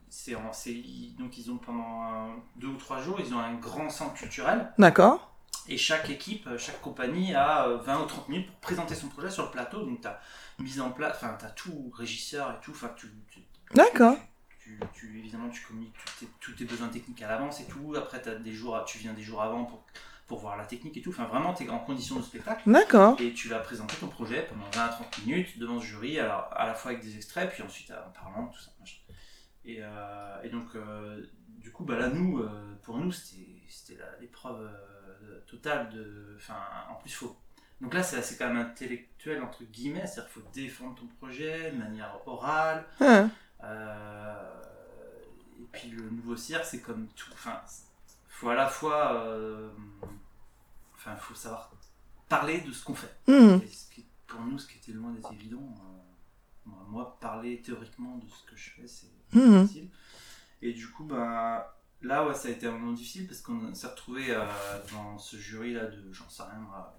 c'est en- c'est- ils- donc ils ont pendant un- deux ou trois jours, ils ont un grand centre culturel D'accord. et chaque équipe, euh, chaque compagnie a euh, 20 ou 30 minutes pour présenter son projet sur le plateau. Donc tu as mise en place, enfin tu as tout, régisseur et tout, enfin tu, tu- D'accord. tu- tu- évidemment tu communiques tous tes, tous tes besoins techniques à l'avance et tout. Après t'as des jours, à- tu viens des jours avant pour, pour voir la technique et tout. Enfin vraiment t'es en condition de spectacle. D'accord. Et tu vas présenter ton projet pendant 20 à 30 minutes devant ce jury, alors à la fois avec des extraits, puis ensuite euh, en parlant, tout ça. machin. Et, euh, et donc, euh, du coup, bah là, nous, euh, pour nous, c'était c'était la- l'épreuve euh, totale de. Enfin, en plus, faut. Donc là, c'est c'est quand même intellectuel, entre guillemets, c'est-à-dire qu'il faut défendre ton projet de manière orale. Hein. Euh, et puis le nouveau cirque, c'est comme tout. Enfin, faut à la fois. euh, enfin, faut savoir parler de ce qu'on fait. Mhm. Et ce qui- pour nous, ce qui était loin d'être évident, euh, moi, moi, parler théoriquement de ce que je fais, c'est Mhm. difficile. Et du coup, ben, là, ouais, ça a été un moment difficile parce qu'on s'est retrouvé euh, dans ce jury-là de, j'en sais rien, moi,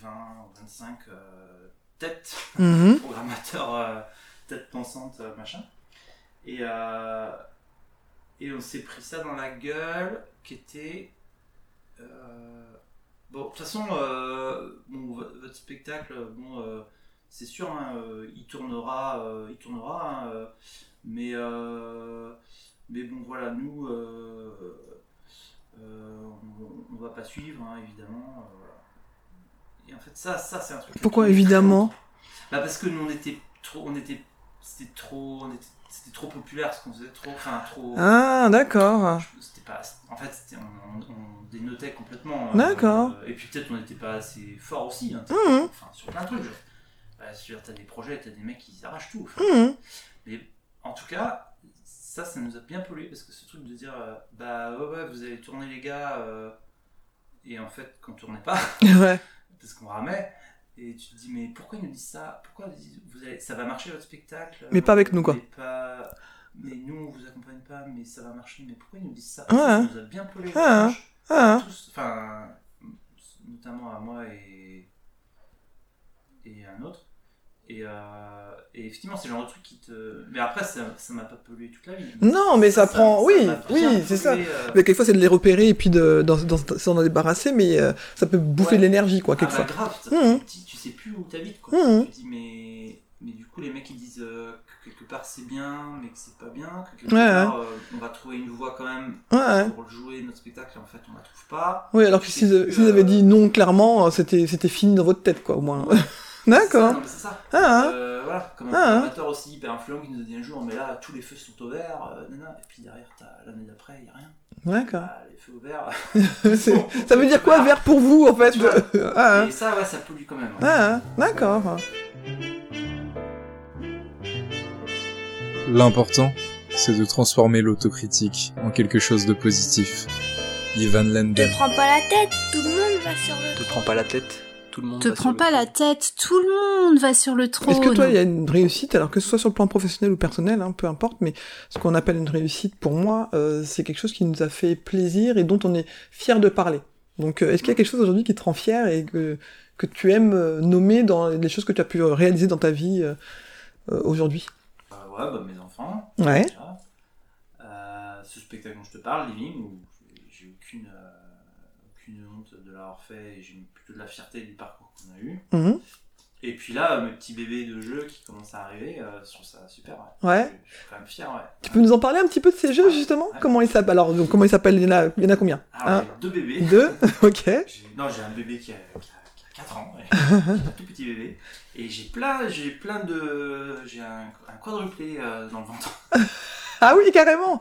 20 ou 25 euh, têtes Mhm. programmateur euh, tête pensante euh, machin et euh, et on s'est pris ça dans la gueule qui était euh, bon de toute façon euh, bon, vo- votre spectacle bon euh, c'est sûr hein, euh, il tournera euh, il tournera hein, euh, mais euh, mais bon voilà nous euh, euh, on, on va pas suivre hein, évidemment euh, voilà. et en fait ça ça c'est un truc Pourquoi évidemment bah parce que nous on était trop, on était, c'était trop, on était- c'était trop populaire ce qu'on faisait, trop, enfin trop. Ah, d'accord. je- C'était pas, en fait, c'était- on, on- on dénotait complètement. euh, D'accord. euh, et puis peut-être on n'était pas assez fort aussi, hein, Mhm. enfin sur plein de trucs. genre. Bah, sur- t'as des projets, t'as des mecs qui arrachent tout. enfin. Mhm. Mais en tout cas, ça, ça nous a bien pollué parce que ce truc de dire, euh, bah ouais, ouais, vous allez tourner les gars, euh, et en fait, qu'on tournait pas [laughs] Ouais. parce qu'on ramait. Et tu te dis, mais pourquoi ils nous disent ça Pourquoi ils disent, vous allez- ça va marcher votre spectacle Mais pas avec nous, quoi. Mais, pas- mais nous, on vous accompagne pas, mais ça va marcher. Mais pourquoi ils nous disent ça Ouais. Ça nous a bien pollué. Ouais, hein. Ah, hein. Tous, enfin, notamment à moi et, et un autre. Et, euh, et effectivement, c'est le genre de truc qui te. Mais après, ça ça m'a pas pollué toute la vie. Non, mais ça prend- oui, m'a oui, bien c'est ça. pollué, euh, Mais quelquefois, c'est de les repérer et puis de d'en- d'en- s'en débarrasser, mais euh, ça peut bouffer Ouais. de l'énergie, quoi, Ah bah quelquefois. grave, ça, Mhm. tu, te dis, tu sais plus où t'habites quoi. Mhm. Tu te dis mais mais du coup les mecs ils disent euh, que quelque part c'est bien mais que c'est pas bien, que quelque Ouais, part euh, on va trouver une voie quand même Ouais, ouais. pour jouer notre spectacle et en fait on la trouve pas. Oui, alors que Tu sais s'ils plus, s'ils avaient euh, dit non clairement, euh, c'était c'était fini dans votre tête, quoi, au moins. [laughs] C'est ça, D'accord. non, mais C'est ça. Ah, hein. Euh, voilà, comme un Ah, hein. programmateur aussi hyper influent qui nous a dit un jour mais là tous les feux sont au vert, euh, nana. et puis derrière t'as l'année d'après il y a rien. D'accord. Ah, les feux au vert. [laughs] C'est- Ça veut dire quoi, Voilà. vert pour vous, en fait Tu vois. Ah, hein. Et ça ouais ça pollue quand même. ouais. Ah, hein. d'accord. L'important, c'est de transformer l'autocritique en quelque chose de positif. Ivan Te Lendl. prends pas la tête, tout le monde va sur le Te prends pas la tête, tout le monde. Te va sur prends le pas trône. la tête, tout le monde va sur le trône. Est-ce que toi, il y a une réussite, alors que ce soit sur le plan professionnel ou personnel, hein, peu importe, mais ce qu'on appelle une réussite, pour moi, euh, c'est quelque chose qui nous a fait plaisir et dont on est fier de parler. Donc, euh, est-ce qu'il y a quelque chose aujourd'hui qui te rend fier et que, que tu aimes euh, nommer dans les choses que tu as pu euh, réaliser dans ta vie euh, euh, aujourd'hui Euh, ouais bah mes enfants. Ouais. Voilà. Euh, ce spectacle dont je te parle, Living, où j'ai aucune, euh, aucune honte de l'avoir fait et j'ai plutôt de la fierté du parcours qu'on a eu. Mhm. Et puis là, mes petits bébés de jeu qui commencent à arriver, euh, je trouve ça super. Ouais. Ouais. Je, je suis quand même fier, ouais. Tu peux nous en parler un petit peu de ces jeux, justement Ouais. Comment ils s'appellent Alors, donc, comment ils s'appellent il, y en a- il y en a combien [laughs] Alors, j'ai Ah, deux bébés. Deux Ok. [laughs] J'ai- Non, j'ai un bébé qui a, qui a- qui a 4 [laughs] ans, ouais. un tout petit bébé. Et j'ai plein, j'ai plein de. J'ai un, un quadruplé euh, dans le ventre. Ah oui, carrément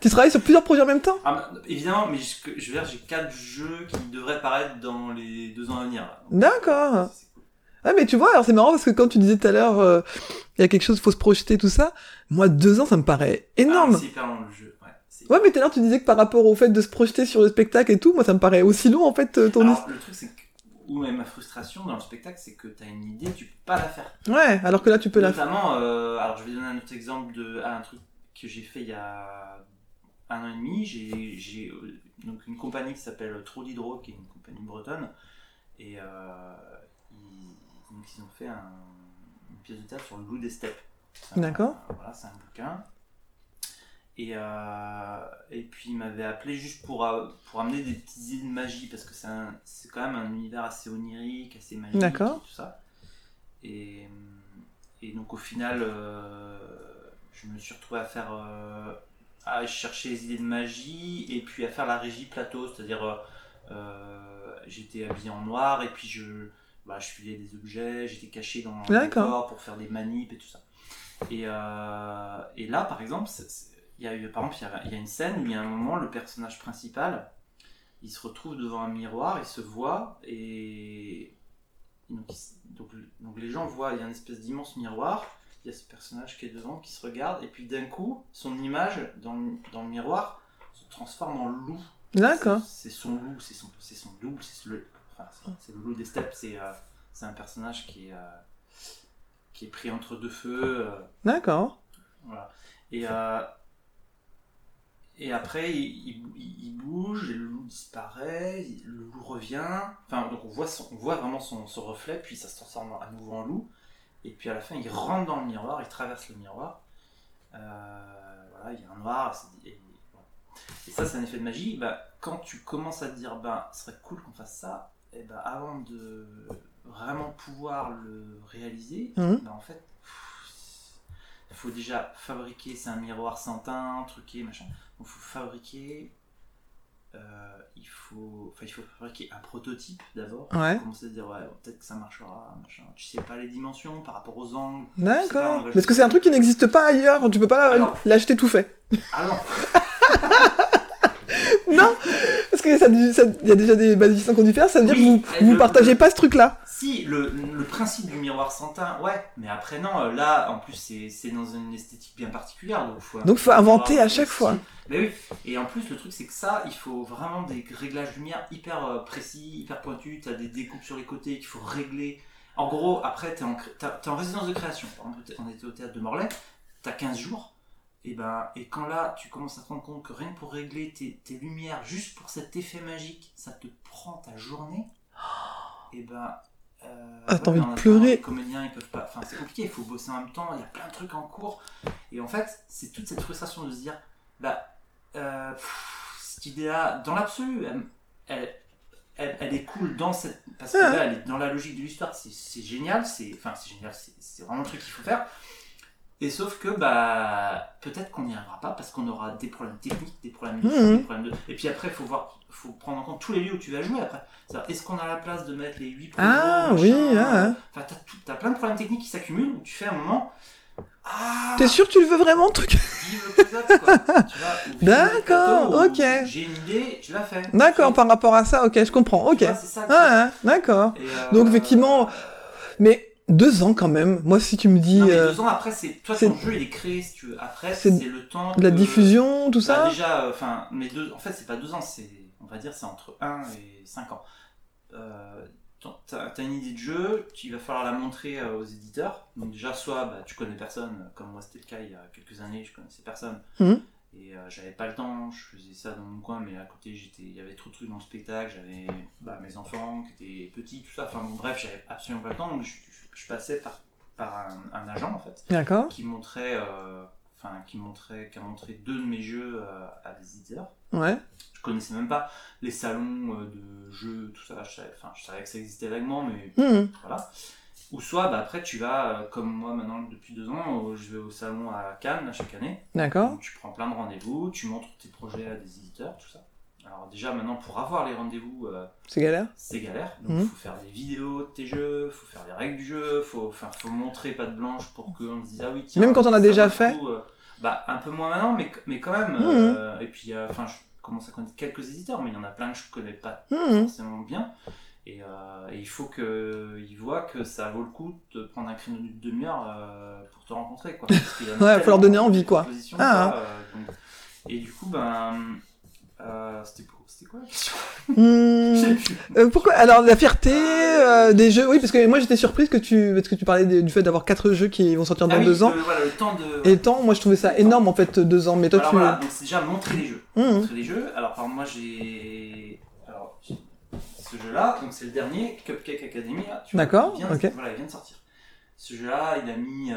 Tu travailles sur plusieurs projets en même temps Ah, bah, évidemment, mais je, je veux dire, j'ai 4 jeux qui devraient paraître dans les 2 ans à venir. là. Donc, D'accord. c'est cool. Ah, mais tu vois, alors c'est marrant parce que quand tu disais tout à l'heure, euh, il y a quelque chose, faut se projeter, tout ça. Moi, deux ans, ça me paraît Ah, énorme. c'est hyper long le jeu. Ouais, c'est- ouais, mais tout à l'heure, tu disais que par rapport au fait de se projeter sur le spectacle et tout, moi, ça me paraît aussi long, en fait, euh, ton Alors, le truc, c'est que. Ou même ma frustration dans le spectacle, c'est que t'as une idée, tu peux pas la faire histoire. Ouais, alors que là, tu peux la faire. Notamment, euh, alors je vais donner un autre exemple de à un truc que j'ai fait il y a un an et demi. J'ai j'ai, euh, donc une compagnie qui s'appelle Trodidro, qui est une compagnie bretonne, et euh, ils, donc ils ont fait un- une pièce de théâtre sur le loup des steppes. C'est un- D'accord. un- Voilà, c'est un bouquin. Et, euh, et puis il m'avait appelé juste pour, euh, pour amener des petites idées de magie, parce que c'est un- c'est quand même un univers assez onirique, assez magique, et D'accord. tout ça. Et, et donc au final, euh, je me suis retrouvé à faire... euh, à chercher les idées de magie, et puis à faire la régie plateau, c'est-à-dire... euh, euh, j'étais habillé en noir, et puis je, bah, je filais des objets, j'étais caché dans le D'accord. corps pour faire des manips et tout ça. Et, euh, et là, par exemple, c'est- c'est- il y a eu, par exemple, il y a- il y, a une scène où il y a un moment, le personnage principal, il se retrouve devant un miroir, il se voit, et donc, il s- donc, le- donc les gens voient, il y a une espèce d'immense miroir, il y a ce personnage qui est devant, qui se regarde, et puis d'un coup, son image dans, le- dans le miroir se transforme en loup. D'accord. C'est c'est son loup, c'est son, c'est son double, c'est le, enfin, c'est- c'est le loup des steppes, c'est euh, c'est un personnage qui est, euh, qui est pris entre deux feux. euh, D'accord. voilà. Et, euh, et après, il, il- il- il bouge, et le loup disparaît, il- le loup revient. Enfin, donc on voit, son- on voit vraiment son, son reflet, puis ça se transforme à nouveau en loup. Et puis à la fin, il rentre dans le miroir, il traverse le miroir. Euh, voilà, il y a un noir. c'est- Et, voilà. Et ça, c'est un effet de magie. Bah, quand tu commences à te dire, bah, ce serait cool qu'on fasse ça, et bah, avant de vraiment pouvoir le réaliser, Mhm. bah, en fait, pff, il faut déjà fabriquer, c'est un miroir sans teint, truqué, machin. Donc, il faut fabriquer, euh, il, faut, enfin, il faut fabriquer un prototype d'abord. Ouais. Commencer à se dire, ouais, peut-être que ça marchera, machin. Tu sais pas les dimensions par rapport aux angles. Je sais pas, on D'accord. va Parce que c'est un truc qui n'existe pas ailleurs, tu peux pas Alors- l'acheter tout fait. [laughs] Ah non, Non Parce que ça, ça- il y a déjà des magiciens qui ont dû faire, ça veut dire Oui, que vous, vous le- partagez pas ce truc-là. si, le, le principe du miroir sans teint, ouais, mais après, non, euh, là, en plus, c'est c'est dans une esthétique bien particulière. Donc, faut, Donc, faut inventer à chaque fois. Mais Ben oui, et en plus, le truc, c'est que ça, il faut vraiment des réglages lumière hyper euh, précis, hyper pointus. T'as des découpes sur les côtés qu'il faut régler. En gros, après, t'es en, cré- t'as- t'es en résidence de création. Par exemple, On était au théâtre de Morlaix, t'as 15 jours. Et, ben, et quand là, tu commences à te rendre compte que rien que pour régler tes, tes lumières, juste pour cet effet magique, ça te prend ta journée. Et ben. euh, Ah, t'as envie mais de en attendant, pleurer. Les comédiens, ils peuvent pas. Enfin, c'est compliqué, il faut bosser en même temps, il y a plein de trucs en cours. Et en fait, c'est toute cette frustration de se dire bah, euh, pff, cette idée-là, dans l'absolu, elle, elle, elle- elle est cool dans cette. Parce que Ouais. là, elle est dans la logique de l'histoire, c'est- c'est génial, c'est enfin, c'est génial, c'est- c'est vraiment le truc qu'il faut faire. Et sauf que, bah, peut-être qu'on n'y arrivera pas parce qu'on aura des problèmes techniques, des problèmes, de- Mhm. des problèmes de. Et puis après, il faut voir, faut prendre en compte tous les lieux où tu vas jouer après. C'est-à-dire, Est-ce qu'on a la place de mettre les 8 Ah, oui, ah, ah. Enfin, t'as tout- t'as plein de problèmes techniques qui s'accumulent où tu fais un moment. Ah, T'es sûr que tu le veux vraiment, le truc [laughs] Vive le close-up, quoi. Tu vois, au film, D'accord, au- ok. J'ai une idée, je la fais. D'accord, Tu vois, par rapport à ça, ok, je comprends, ok. c'est Ouais, ça, le truc. ouais, d'accord. Et, euh, Donc, effectivement, Mais deux ans quand même, moi si tu me dis non, mais euh, deux ans après, c'est toi c'est- ton jeu il est créé si tu veux. Après, c'est c'est le temps de la que- diffusion, tout euh, Bah, ça, déjà, euh, enfin, mais deux. En fait, c'est pas deux ans, c'est on va dire c'est entre 1 et 5 ans. Euh, t'en- T'as t'as une idée de jeu, tu- il va falloir la montrer euh, aux éditeurs. Donc déjà, soit bah, tu connais personne, euh, comme moi c'était le cas il y a quelques années, je connaissais personne. Mhm. Et euh, j'avais pas le temps, je faisais ça dans mon coin, mais à côté, j'étais- il y avait trop de trucs dans le spectacle, j'avais bah, mes enfants qui étaient petits, tout ça. Enfin bon, bref, j'avais absolument pas le temps, donc je, je- je passais par, par un- un agent en fait d'accord. qui montrait, euh, enfin qui montrait, qui a montré deux de mes jeux euh, à des éditeurs. Ouais. Je connaissais même pas les salons euh, de jeux, tout ça. Je savais, enfin, je savais que ça existait vaguement, mais Mhm. voilà. Ou soit, bah, après, tu vas, euh, comme moi maintenant depuis deux ans, au- je vais au salon à Cannes là, chaque année. D'accord. Donc, tu prends plein de rendez-vous, tu montres tes projets à des éditeurs, tout ça. Alors déjà maintenant, pour avoir les rendez-vous, euh, C'est galère. c'est galère. Donc Mhm. faut faire des vidéos de tes jeux, faut faire les règles du jeu, faut, enfin, faut montrer pas de blanche pour qu'on se dise ah oui tiens. Même quand on a ça déjà vaut le fait Mhm. coup, euh, Bah un peu moins maintenant, mais, mais quand même. euh, et puis euh, enfin je commence à connaître quelques éditeurs, mais il y en a plein que je connais pas [laughs] Mhm. forcément bien. Et, euh, et il faut qu'ils voient que ça vaut le coup de prendre un créneau d'une demi-heure euh, pour te rencontrer. Quoi, Parce qu'il y en a [laughs] Ouais, faut leur tellement donner envie, quoi. de propositions, Ah, quoi, euh, donc. Et du coup, ben. euh, c'était pour- c'était quoi la question Je sais Mhm. plus. Euh, pourquoi Alors la fierté euh, des jeux, oui, parce que moi j'étais surprise que tu, parce que tu parlais de- du fait d'avoir quatre jeux qui vont sortir dans Ah oui, deux ans. le- voilà, le temps de. Et tant, moi je trouvais ça énorme en fait deux ans. Mais toi Alors tu, voilà, donc c'est déjà montrer les jeux. Mhm. Montrer les jeux. Alors, par moi, j'ai. Alors, j'ai- ce jeu-là, donc c'est le dernier, Cupcake Academy. là, tu vois, D'accord, il vient de- ok. Voilà, il vient de sortir. Ce jeu-là, il a mis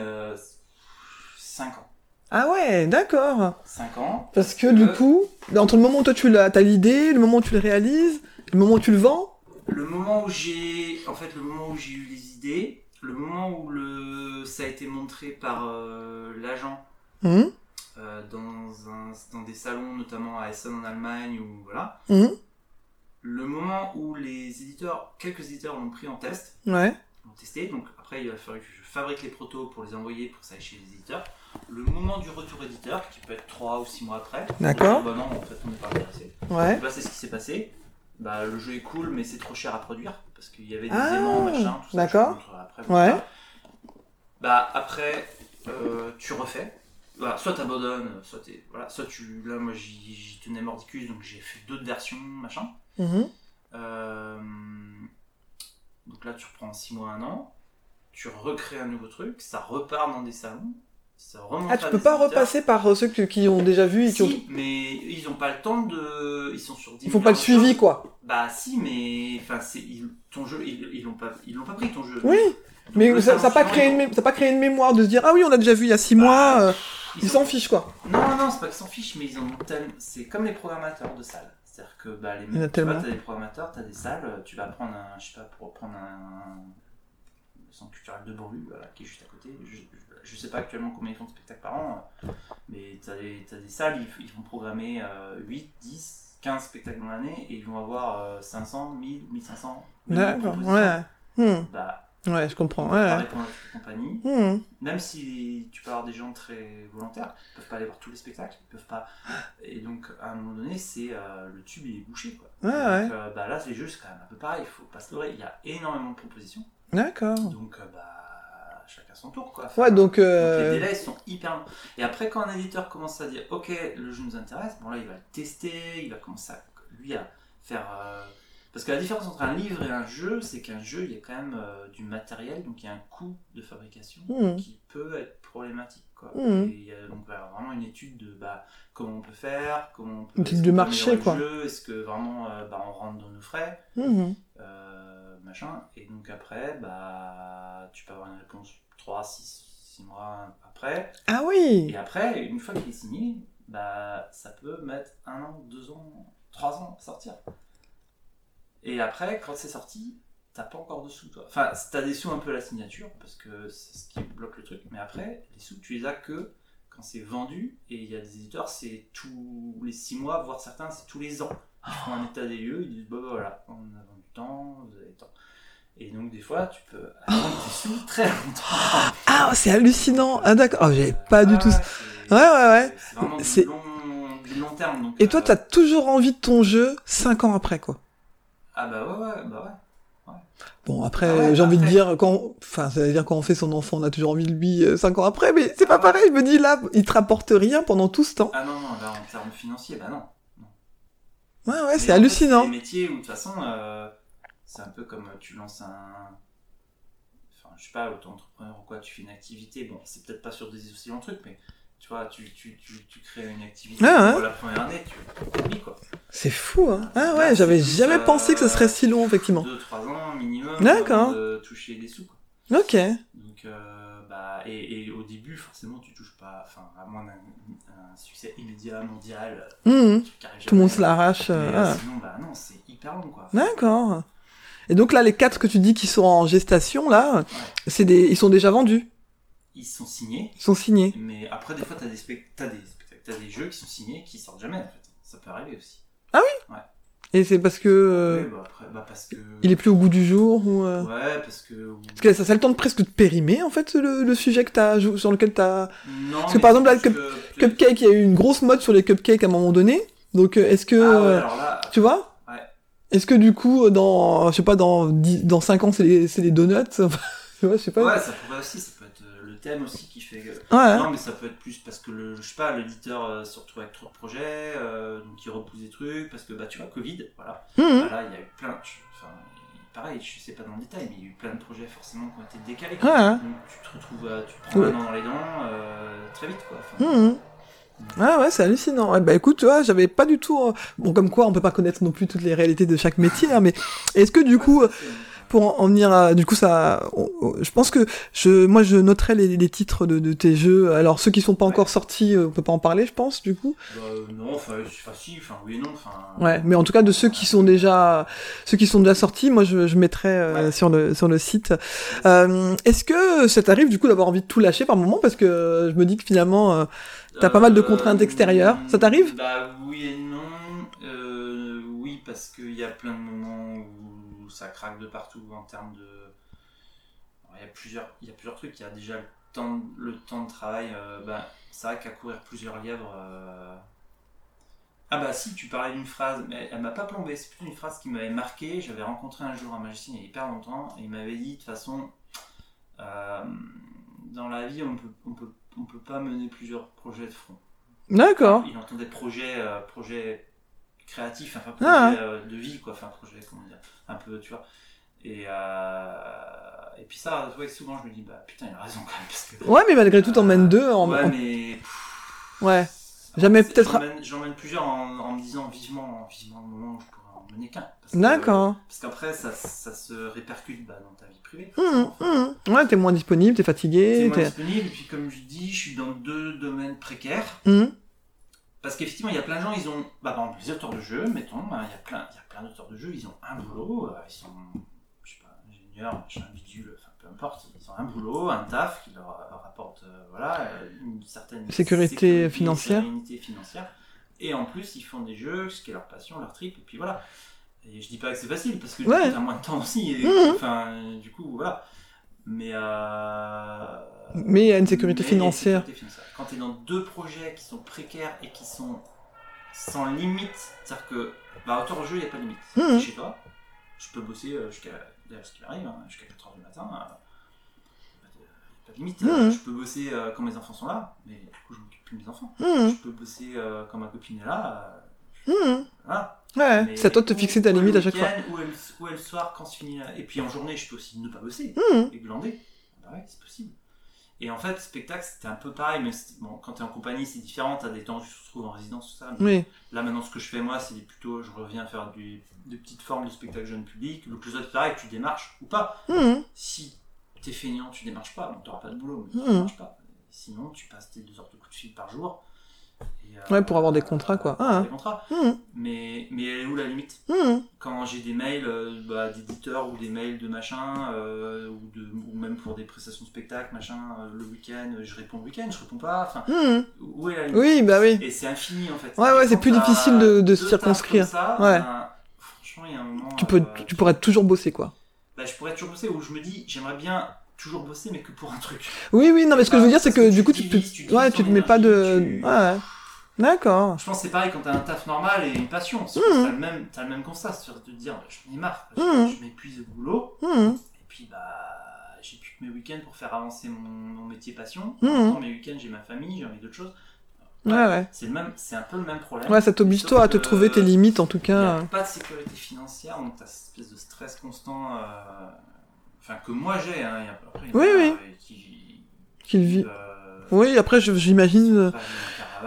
5 ans. Ah ouais, d'accord. 5 ans. Parce que du Euh. coup, entre le moment où toi tu l'as, t'as l'idée, le moment où tu le réalises, le moment où tu le vends, Le moment où j'ai, en fait, le moment où j'ai eu les idées, le moment où le, ça a été montré par euh, l'agent hum, euh, dans un, dans des salons, notamment à Essen en Allemagne ou voilà. hum, Le moment où les éditeurs, quelques éditeurs l'ont pris en test, ouais, l'ont testé. Donc après, il va falloir que je fabrique les protos pour les envoyer pour que ça aille chez les éditeurs. Le moment du retour éditeur, qui peut être 3 ou 6 mois après. D'accord. Bah non, en fait, on n'est pas intéressé. ouais. Bah, c'est ce qui s'est passé. Bah, le jeu est cool, mais c'est trop cher à produire parce qu'il y avait des Ah, aimants, machin, tout ça. d'accord. je te montrerai après, Ouais. voilà. Bah, après, euh, tu refais. Voilà, soit t'abandonnes, soit, t'es- voilà, soit tu. Là, moi, j'y j'y tenais mordicus, donc j'ai fait d'autres versions, machin. mhm, Euh, Donc là, tu reprends 6 mois, 1 an. Tu recrées un nouveau truc, ça repart dans des salons. Ça remonte Ah, tu à peux des pas éditeurs. repasser par euh, ceux que- qui ont déjà vu et qui ont... Si, mais ils ont pas le temps de. Ils sont sur 10 Ils font pas le milliards de suivi, choses. quoi. Bah si, mais enfin c'est ils- ton jeu ils ils l'ont pas ils l'ont pas pris ton jeu. Oui, Donc, mais le ça n'a salon pas, suivant, créé ils une l'ont- mé- ça a pas créé une mémoire de se dire « Ah oui, on a déjà vu il y a six mois, euh, Bah, ils ils sont- s'en fichent, quoi. Non non non, c'est pas qu'ils s'en fichent, mais ils en ont tellement. C'est comme les programmateurs de salles. C'est-à-dire que bah les y en a tu vois, tellement. t'as des programmateurs, t'as des salles, euh, tu vas prendre un je sais pas pour prendre un le centre culturel de Bourlu voilà, qui est juste à côté. Je, je- je sais pas actuellement combien ils font de spectacles par an, euh, mais t'as des t'as des salles ils, ils vont programmer euh, 8, 10, 15 spectacles dans l'année et ils vont avoir euh, 500, 1000, 1500. 2000 D'accord, propositions. ouais. hum, Bah, Ouais, je comprends, pas ouais. répondre à toute la compagnie. hum, Même si tu peux avoir des gens très volontaires, ils peuvent pas aller voir tous les spectacles, ils peuvent pas. Et donc à un moment donné, c'est euh, le tube il est bouché quoi. Ouais, donc, euh, bah là c'est juste quand même un peu pareil, il faut pas se leurrer, il y a énormément de propositions. D'accord. Donc euh, bah chacun son tour quoi. Enfin, Ah. Ouais, donc... donc, les euh, délais ils sont hyper longs. Et après, quand un éditeur commence à dire Ok, le jeu nous intéresse, bon là il va le tester, il va commencer à, lui à faire. euh, Parce que la différence entre un livre et un jeu, c'est qu'un jeu il y a quand même euh, du matériel, donc il y a un coût de fabrication Mhm. qui peut être problématique. Quoi. Mhm. Et il y a donc voilà, vraiment une étude de bah, comment on peut faire, comment on peut. Une étude est-ce de qu'on peut marché, améliorer le quoi. jeu, Est-ce que vraiment euh, bah, on rentre dans nos frais hum, euh, machin. Et donc après, bah, tu peux avoir une réponse 3, 6, 6 mois après. Ah oui Et après, une fois qu'il est signé, bah, ça peut mettre un an, deux ans, trois ans à sortir. Et après, quand c'est sorti, t'as pas encore de sous, toi. Enfin, t'as des sous un peu à la signature, parce que c'est ce qui bloque le truc. Mais après, les sous, tu les as que quand c'est vendu. Et il y a des éditeurs, c'est tous les six mois, voire certains, c'est tous les ans. Ils font un état des lieux, ils disent, bah, bah, voilà, on a vendu tant, vous avez tant. Et donc, des fois, tu peux attendre tes sous très longtemps. Ah, c'est hallucinant Ah d'accord, oh, j'avais pas du Ah, tout... ça. c'est- Ouais, ouais, ouais. c'est vraiment du C'est- long, du long terme. Donc, Et toi, euh, t'as toujours envie de ton jeu cinq ans après, quoi. Ah bah ouais, ouais, bah ouais. Bon, après, Ah ouais, j'ai envie de après. dire, quand, enfin, ça veut dire quand on fait son enfant, on a toujours envie de lui euh, cinq ans après, mais c'est pas pareil, je me dis là, il te rapporte rien pendant tout ce temps. Ah non, non, là, en termes financiers, bah non. Ouais, ouais, Mais c'est en fait, hallucinant. C'est des métiers où, de toute façon, euh, c'est un peu comme euh, tu lances un. Enfin, je sais pas, auto-entrepreneur ou quoi, tu fais une activité. Bon, c'est peut-être pas sur des aussi longs trucs, mais tu vois, tu, tu, tu, tu crées une activité Ah, hein. pour la première année, tu oublies quoi. C'est fou, hein. Ah Là, ouais, c'est j'avais plus, jamais euh, pensé que ce serait si long, effectivement. 2-3 ans minimum D'accord. avant de toucher des sous. quoi. Ok. Donc, euh, bah, et, et au début, forcément tu touches pas, enfin à moins d'un un succès immédiat, mondial, euh, Hum, hum. truc qui arrive Tout le jamais. monde se l'arrache. Mais, euh, euh, ah. Sinon bah non c'est hyper long quoi. D'accord. Et donc là, les quatre que tu dis qui sont en gestation, là, c'est des, ils sont déjà vendus, Ils sont signés, ils sont signés. mais après des fois t'as des spec- t'as des spectacles, t'as des jeux qui sont signés qui sortent jamais en fait. Ça peut arriver aussi. Et c'est parce que euh, Ouais, bah, après, bah, parce que. il est plus au goût du jour ou. euh, Ouais parce que. Parce que ça, ça a le temps de presque de périmer en fait le, le sujet que t'as jou- sur lequel t'as Non. Parce que mais par exemple, là, je cup- peux- cupcake il y a eu une grosse mode sur les cupcakes à un moment donné donc euh, est-ce que Ah ouais, euh, alors là. tu vois Ouais. est-ce que du coup euh, dans je sais pas dans dix- dans cinq ans c'est les c'est les donuts [laughs] tu vois je sais pas Ouais, ça pourrait aussi, ça peut être euh, le thème aussi qui fait. que- Ouais, hein. Non, mais ça peut être plus parce que le, je sais pas, l'éditeur euh, se retrouve avec trop de projets, euh, donc il repousse des trucs, parce que bah tu vois, Covid, voilà. Mhm. Bah, là, il y a eu plein. je- Enfin, pareil, je sais pas dans le détail, mais il y a eu plein de projets forcément qui ont été décalés. Ouais, hein. Donc tu te retrouves, à- tu te prends Ouais. un an dans les dents euh, très vite, quoi. Enfin, Mhm. Ah ouais, c'est hallucinant. Ouais, bah écoute, tu vois, j'avais pas du tout. euh, Bon, comme quoi, on peut pas connaître non plus toutes les réalités de chaque métier, hein, mais est-ce que du coup, euh, hein. pour en- en venir à, du coup, ça, on- on- je pense que je, moi, je noterais les, les titres de, de tes jeux. Alors ceux qui sont pas Ouais. encore sortis, euh, on peut pas en parler, je pense, du coup. Bah, euh, non, enfin, euh, enfin, si, enfin, oui et non, enfin. Ouais, mais en tout cas de ceux qui sont déjà, ceux qui sont déjà sortis, moi, je, je mettrais euh, Ouais. sur le sur le site. Euh, est-ce que ça t'arrive du coup d'avoir envie de tout lâcher par moment parce que euh, je me dis que finalement, euh, T'as pas mal de contraintes extérieures, ça t'arrive Bah oui et non. Euh, oui, parce qu'il y a plein de moments où ça craque de partout en termes de. Alors, Il y, a plusieurs- il y a plusieurs trucs. Il y a déjà le temps, le temps de travail. euh, bah, c'est vrai qu'à courir plusieurs lièvres. euh, Ah bah si, tu parlais d'une phrase, mais elle m'a pas plombé, c'est plutôt une phrase qui m'avait marqué. J'avais rencontré un jour un magicien il y a hyper longtemps, et il m'avait dit de toute façon, euh, dans la vie, on peut, on, peut, on peut pas mener plusieurs projets de front. d'accord. Il entendait projet, euh, projet créatif, enfin projet Ah. euh, de vie, quoi, enfin projet, comment dire, un peu, tu vois. Et, euh, et puis ça, ouais, souvent je me dis, bah putain, il a raison quand même. Parce que, Euh, Ouais, mais malgré tout, t'en mènes deux. En, Ouais, en- mais. pff, Ouais. en Jamais fait, peut-être- j'emmène- J'emmène plusieurs en, en me disant vivement, vivement le moment où je pourrais en mener qu'un. Parce que- D'accord. Parce qu'après, ça, ça se répercute bah, dans ta vie privée. Hum, forcément. hum. Ouais, t'es moins disponible, t'es C'est fatigué. moins t'es- disponible, et puis comme je dis, je suis dans deux domaines précaires. Hum. Parce qu'effectivement, il y a plein de gens, ils ont, bah, par exemple, les auteurs de jeux, mettons, bah, il y a plein, il y a plein d'auteurs de jeux, ils ont un boulot, euh, ils sont, je sais pas, ingénieurs, machin, bidule, enfin, peu importe, ils ont un boulot, un taf qui leur euh, rapporte, euh, voilà, euh, une certaine Sécurité financière. une sérénité financière. Et en plus, ils font des jeux, ce qui est leur passion, leur trip, et puis voilà. Et je dis pas que c'est facile, parce que du Ouais. coup, t'as moins de temps aussi, et, Mhm. enfin, du coup, voilà. Mais, euh, Mais il y a une sécurité mais financière. sécurité financière. Quand tu es dans deux projets qui sont précaires et qui sont sans limite, c'est-à-dire que, bah, auteur au jeu, il n'y a pas de limite. Mhm. Je sais pas, je peux bosser euh, jusqu'à d'ailleurs, ce qui m'arrive, hein, jusqu'à 4h du matin. euh, y a pas de- y a pas de limite. Mhm. Euh, Je peux bosser euh, quand mes enfants sont là, mais du coup, je m'occupe plus de mes enfants. Hum, Je peux bosser euh, quand ma copine est là. euh, hum. voilà. Ouais, Mais- c'est à toi de te ou- fixer ta ou le limite à chaque fois. week-end, Ou elle, ou elle le soir quand se finit. la- Et puis en journée, je peux aussi ne pas bosser Hum. et glander. Bah ouais, c'est possible. Et en fait, spectacle, c'était un peu pareil, mais c'était- bon, quand t'es en compagnie, c'est différent, t'as des temps où tu te retrouves en résidence, tout ça. mais Oui. Là, maintenant, ce que je fais, moi, c'est plutôt, je reviens faire du- des petites formes de spectacle jeune public. Le plus autre, pareil, tu démarches ou pas. Hum. Si t'es feignant, tu démarches pas, bon, t'auras pas de boulot, mais Mhm. tu démarches pas. Sinon, tu passes tes deux heures de coup de fil par jour. Et, euh, Ouais, pour avoir des contrats, quoi. pour Ah, avoir hein. des contrats. Hum. Mais, mais elle est où la limite Hum. quand j'ai des mails euh, bah, d'éditeurs ou des mails de machin, euh, ou, de, ou même pour des prestations de spectacle, machin, euh, le week-end, euh, je réponds le week-end, je réponds pas, enfin, Hum. où est la limite Oui, bah oui. Et c'est infini en fait. Ouais, ouais, Et c'est quand plus t'as difficile de- de deux se circonscrire. tafs comme ça, Ouais. ben, franchement, il y a un moment. Tu, peux, euh, tu pourrais toujours bosser, quoi. bah, je pourrais toujours bosser, ou je me dis, j'aimerais bien toujours bosser, mais que pour un truc. Oui, oui, non, mais ce que je veux dire, c'est que Parce que du coup, tu tu, tu, divises, tu ouais, divises tu te ton mets pas de. énergie, tu- Ouais. D'accord. Je pense que c'est pareil quand t'as un taf normal et une passion. Tu Mhm. T'as le, même- t'as le même constat, c'est-à-dire de te dire, je m'en ai marre, je- Mhm. je m'épuise au boulot. Hum. Et puis, bah, j'ai plus que mes week-ends pour faire avancer mon, mon métier passion. Mhm. En même temps, mes week-ends, j'ai ma famille, j'ai envie d'autres choses. Ouais, ouais. C'est le même, c'est un peu le même problème. Ouais, ça t'oblige Sauf toi à te que trouver tes limites, hein. en tout Il n'y cas. a pas de sécurité financière, donc t'as cette espèce de stress constant, euh, enfin que moi j'ai. Hein, et après, il y en a, Oui, euh, Qui, Qu'il qui vit. vivent, euh, Oui, après, je- qui sont j'imagine. euh, prêts à vivre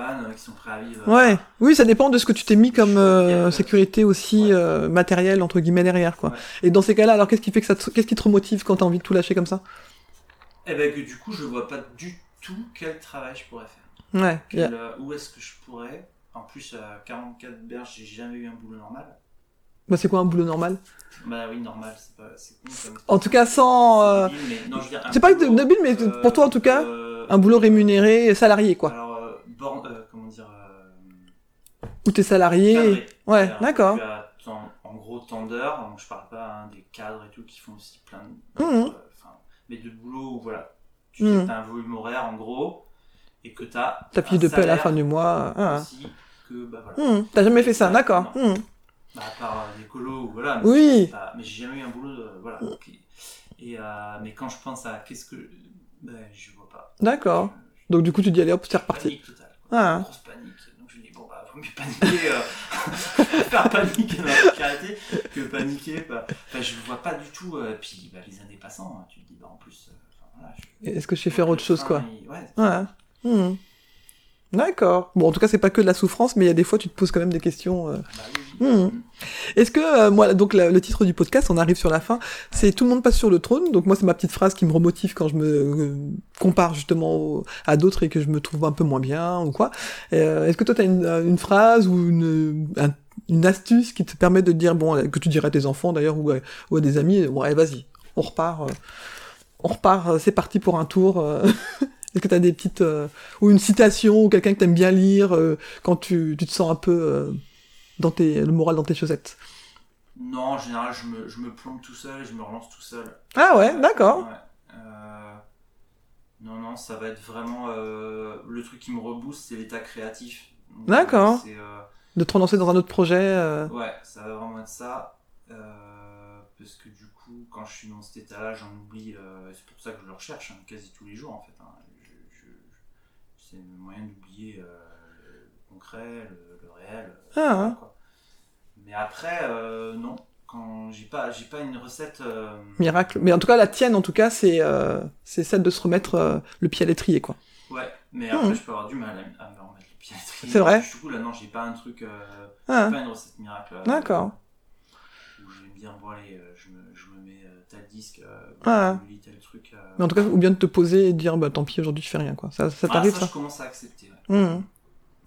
en caravane, euh, qui sont prêts à vivre. euh, Ouais, oui, ça dépend de ce que tu t'es mis comme euh, sécurité aussi Ouais. euh, matérielle entre guillemets derrière quoi. Ouais. Et dans ces cas-là, alors qu'est-ce qui fait que ça, te- qu'est-ce qui te remotive quand t'as envie de tout lâcher comme ça Eh ben que du coup je vois pas du tout quel travail je pourrais faire. Ouais, Quel, yeah. euh, où est-ce que je pourrais. En plus, à 44 berges, j'ai jamais eu un boulot normal. Bah, c'est quoi un boulot normal Bah oui, normal, c'est pas. C'est con comme. En tout cas, sans. euh, C'est débile, mais- non, je veux dire, un c'est pas que de- boulot, débile, mais euh, pour toi, en tout cas, euh, Un boulot rémunéré, et salarié, quoi. Alors, euh, borne- euh, comment dire. euh, Ou t'es salarié. cadré. Ouais, C'est-à-dire que d'accord. tu as tant- en gros tant d'heures, donc je parle pas hein, des cadres et tout qui font aussi plein de. Mhm. euh, enfin, mais de boulot où voilà. Tu Mhm. sais, t'as un volume horaire en gros, et que t'as. T'as un payé de paix à la salaire fin du mois. ah, ah. Aussi, que, bah, voilà. Hum, T'as jamais fait ça, d'accord. Non. Hum. Bah, à part euh, des colos, ou voilà. mais Oui. Mm. c'est pas- mais j'ai jamais eu un boulot, euh, voilà. qui- Et, euh, mais quand je pense à qu'est-ce que. Ben, je vois pas. D'accord. Je- je- Donc du coup, tu dis allez hop, c'est reparti. Panique totale. quoi. Ah. Grosse panique. Donc je me dis, bon, bah, vaut mieux paniquer, euh, [laughs] faire paniquer dans la précarité que paniquer. Bah, enfin, je ne vois pas du tout. euh, puis bah, les années passant, hein, tu te dis, bah, en plus. euh, enfin, voilà, je- Est-ce que je sais faire autre chose, quoi Enfin, il- Ouais. Ouais. Hum. D'accord. Bon, en tout cas, c'est pas que de la souffrance, mais il y a des fois, tu te poses quand même des questions. euh. Bah oui, oui. Hum. Est-ce que, euh, moi, donc la- le titre du podcast, on arrive sur la fin, c'est Tout le monde passe sur le trône. Donc moi, c'est ma petite phrase qui me remotive quand je me euh, compare justement au- à d'autres et que je me trouve un peu moins bien ou quoi. Euh, Est-ce que toi, t'as une, euh, une phrase ou une, un- une astuce qui te permet de dire, bon, euh, que tu dirais à tes enfants d'ailleurs ou, à- ou à des amis, ouais, vas-y, on repart, euh, on repart, euh, c'est parti pour un tour. euh. [laughs] Est-ce que t'as des petites euh, ou une citation ou quelqu'un que t'aimes bien lire euh, quand tu, tu te sens un peu euh, dans tes le moral dans tes chaussettes? Non, en général, je me, je me plombe tout seul et je me relance tout seul. Ah ouais, d'accord. Ouais. Euh, Non, non, ça va être vraiment. euh, Le truc qui me rebooste, c'est l'état créatif. Donc, D'accord. c'est, euh, De te relancer dans un autre projet. euh, Ouais, ça va vraiment être ça. euh, parce que du coup, quand je suis dans cet état-là, j'en oublie. euh, c'est pour ça que je le recherche hein, quasi tous les jours en fait. hein. Je- je- je- c'est le moyen d'oublier euh, le concret, le, le réel. euh, Ah, voilà, hein. quoi. Mais après, euh, non. Quand j'ai pas, j'ai pas une recette. euh, Miracle. Mais en tout cas, la tienne, en tout cas, c'est euh, c'est celle de se remettre euh, le pied à l'étrier, quoi. Ouais, mais Mhm. après, je peux avoir du mal à, à me remettre les pieds à l'étrier. C'est vrai. Du coup, là, non, j'ai pas un truc. euh, Ah, C'est pas une recette miracle. euh, D'accord. Où je vais me dire, bon allez, euh, je me, je me mets euh, tel disque, euh, Ah. je me lis tel truc. euh. Mais en tout cas, ou bien de te poser et de dire, bah tant pis, aujourd'hui je fais rien, quoi. Ça, ça Ah, t'arrive, ça, ça, je commence à accepter. ouais. Mhm.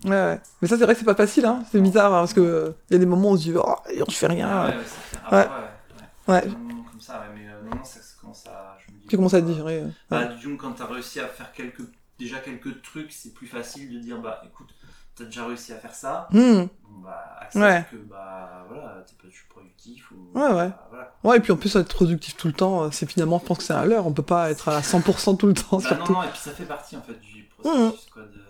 Ouais, ouais. Mais ça, c'est vrai que c'est pas facile, hein. C'est bizarre, hein, parce que euh, il y a des moments où on se dit, oh, je fais rien. Ah, ouais, ouais, ça fait- ah, ouais, ouais. Ouais. Non, non, comme ça, ouais, mais euh, non, non, ça ça commence à. Je me dis, Tu commences à bon, dire, euh, ouais. ouais. Bah, disons, quand t'as réussi à faire quelques, déjà quelques trucs, c'est plus facile de dire, bah écoute, t'as déjà réussi à faire ça, Mhm. bon bah accepte Ouais. que bah voilà, t'es pas toujours productif ou. Ouais, ouais. bah, voilà. Ouais, et puis en plus, être productif tout le temps, euh, c'est finalement, je pense que c'est à l'heure. On peut pas être à 100% tout le temps, Bah Oh, surtout. non, non, et puis ça fait partie en fait du processus quoi, de,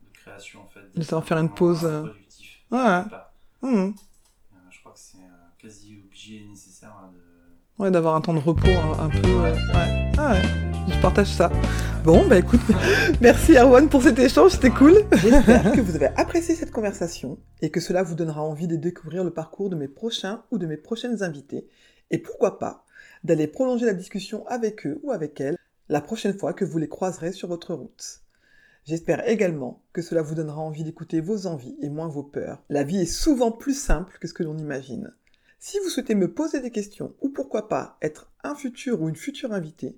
de création en fait. d'être savoir faire une vraiment, pause, euh, euh, productif. ouais. Je sais pas. Mhm. Euh, je crois que c'est euh, quasi obligé et nécessaire hein, de. Ouais, d'avoir un temps de repos un, un peu. Ouais. ouais. Ah ouais. Je partage ça. Bon, bah écoute, [laughs] merci Erwan pour cet échange, c'était cool. [laughs] J'espère que vous avez apprécié cette conversation et que cela vous donnera envie de découvrir le parcours de mes prochains ou de mes prochaines invités et pourquoi pas d'aller prolonger la discussion avec eux ou avec elles la prochaine fois que vous les croiserez sur votre route. J'espère également que cela vous donnera envie d'écouter vos envies et moins vos peurs. La vie est souvent plus simple que ce que l'on imagine. Si vous souhaitez me poser des questions ou pourquoi pas être un futur ou une future invitée,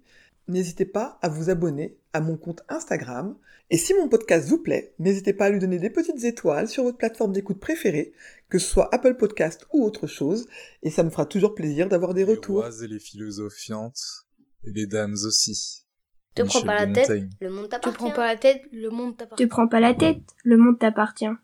n'hésitez pas à vous abonner à mon compte Instagram. Et si mon podcast vous plaît, n'hésitez pas à lui donner des petites étoiles sur votre plateforme d'écoute préférée, que ce soit Apple Podcast ou autre chose, et ça me fera toujours plaisir d'avoir des les retours. rois et les philosophiantes, et les dames aussi. Te Michel prends pas de la tête, Montaigne. le monde Te t'appartient. prends pas la tête, le monde t'appartient. Te prends pas la tête, le monde t'appartient.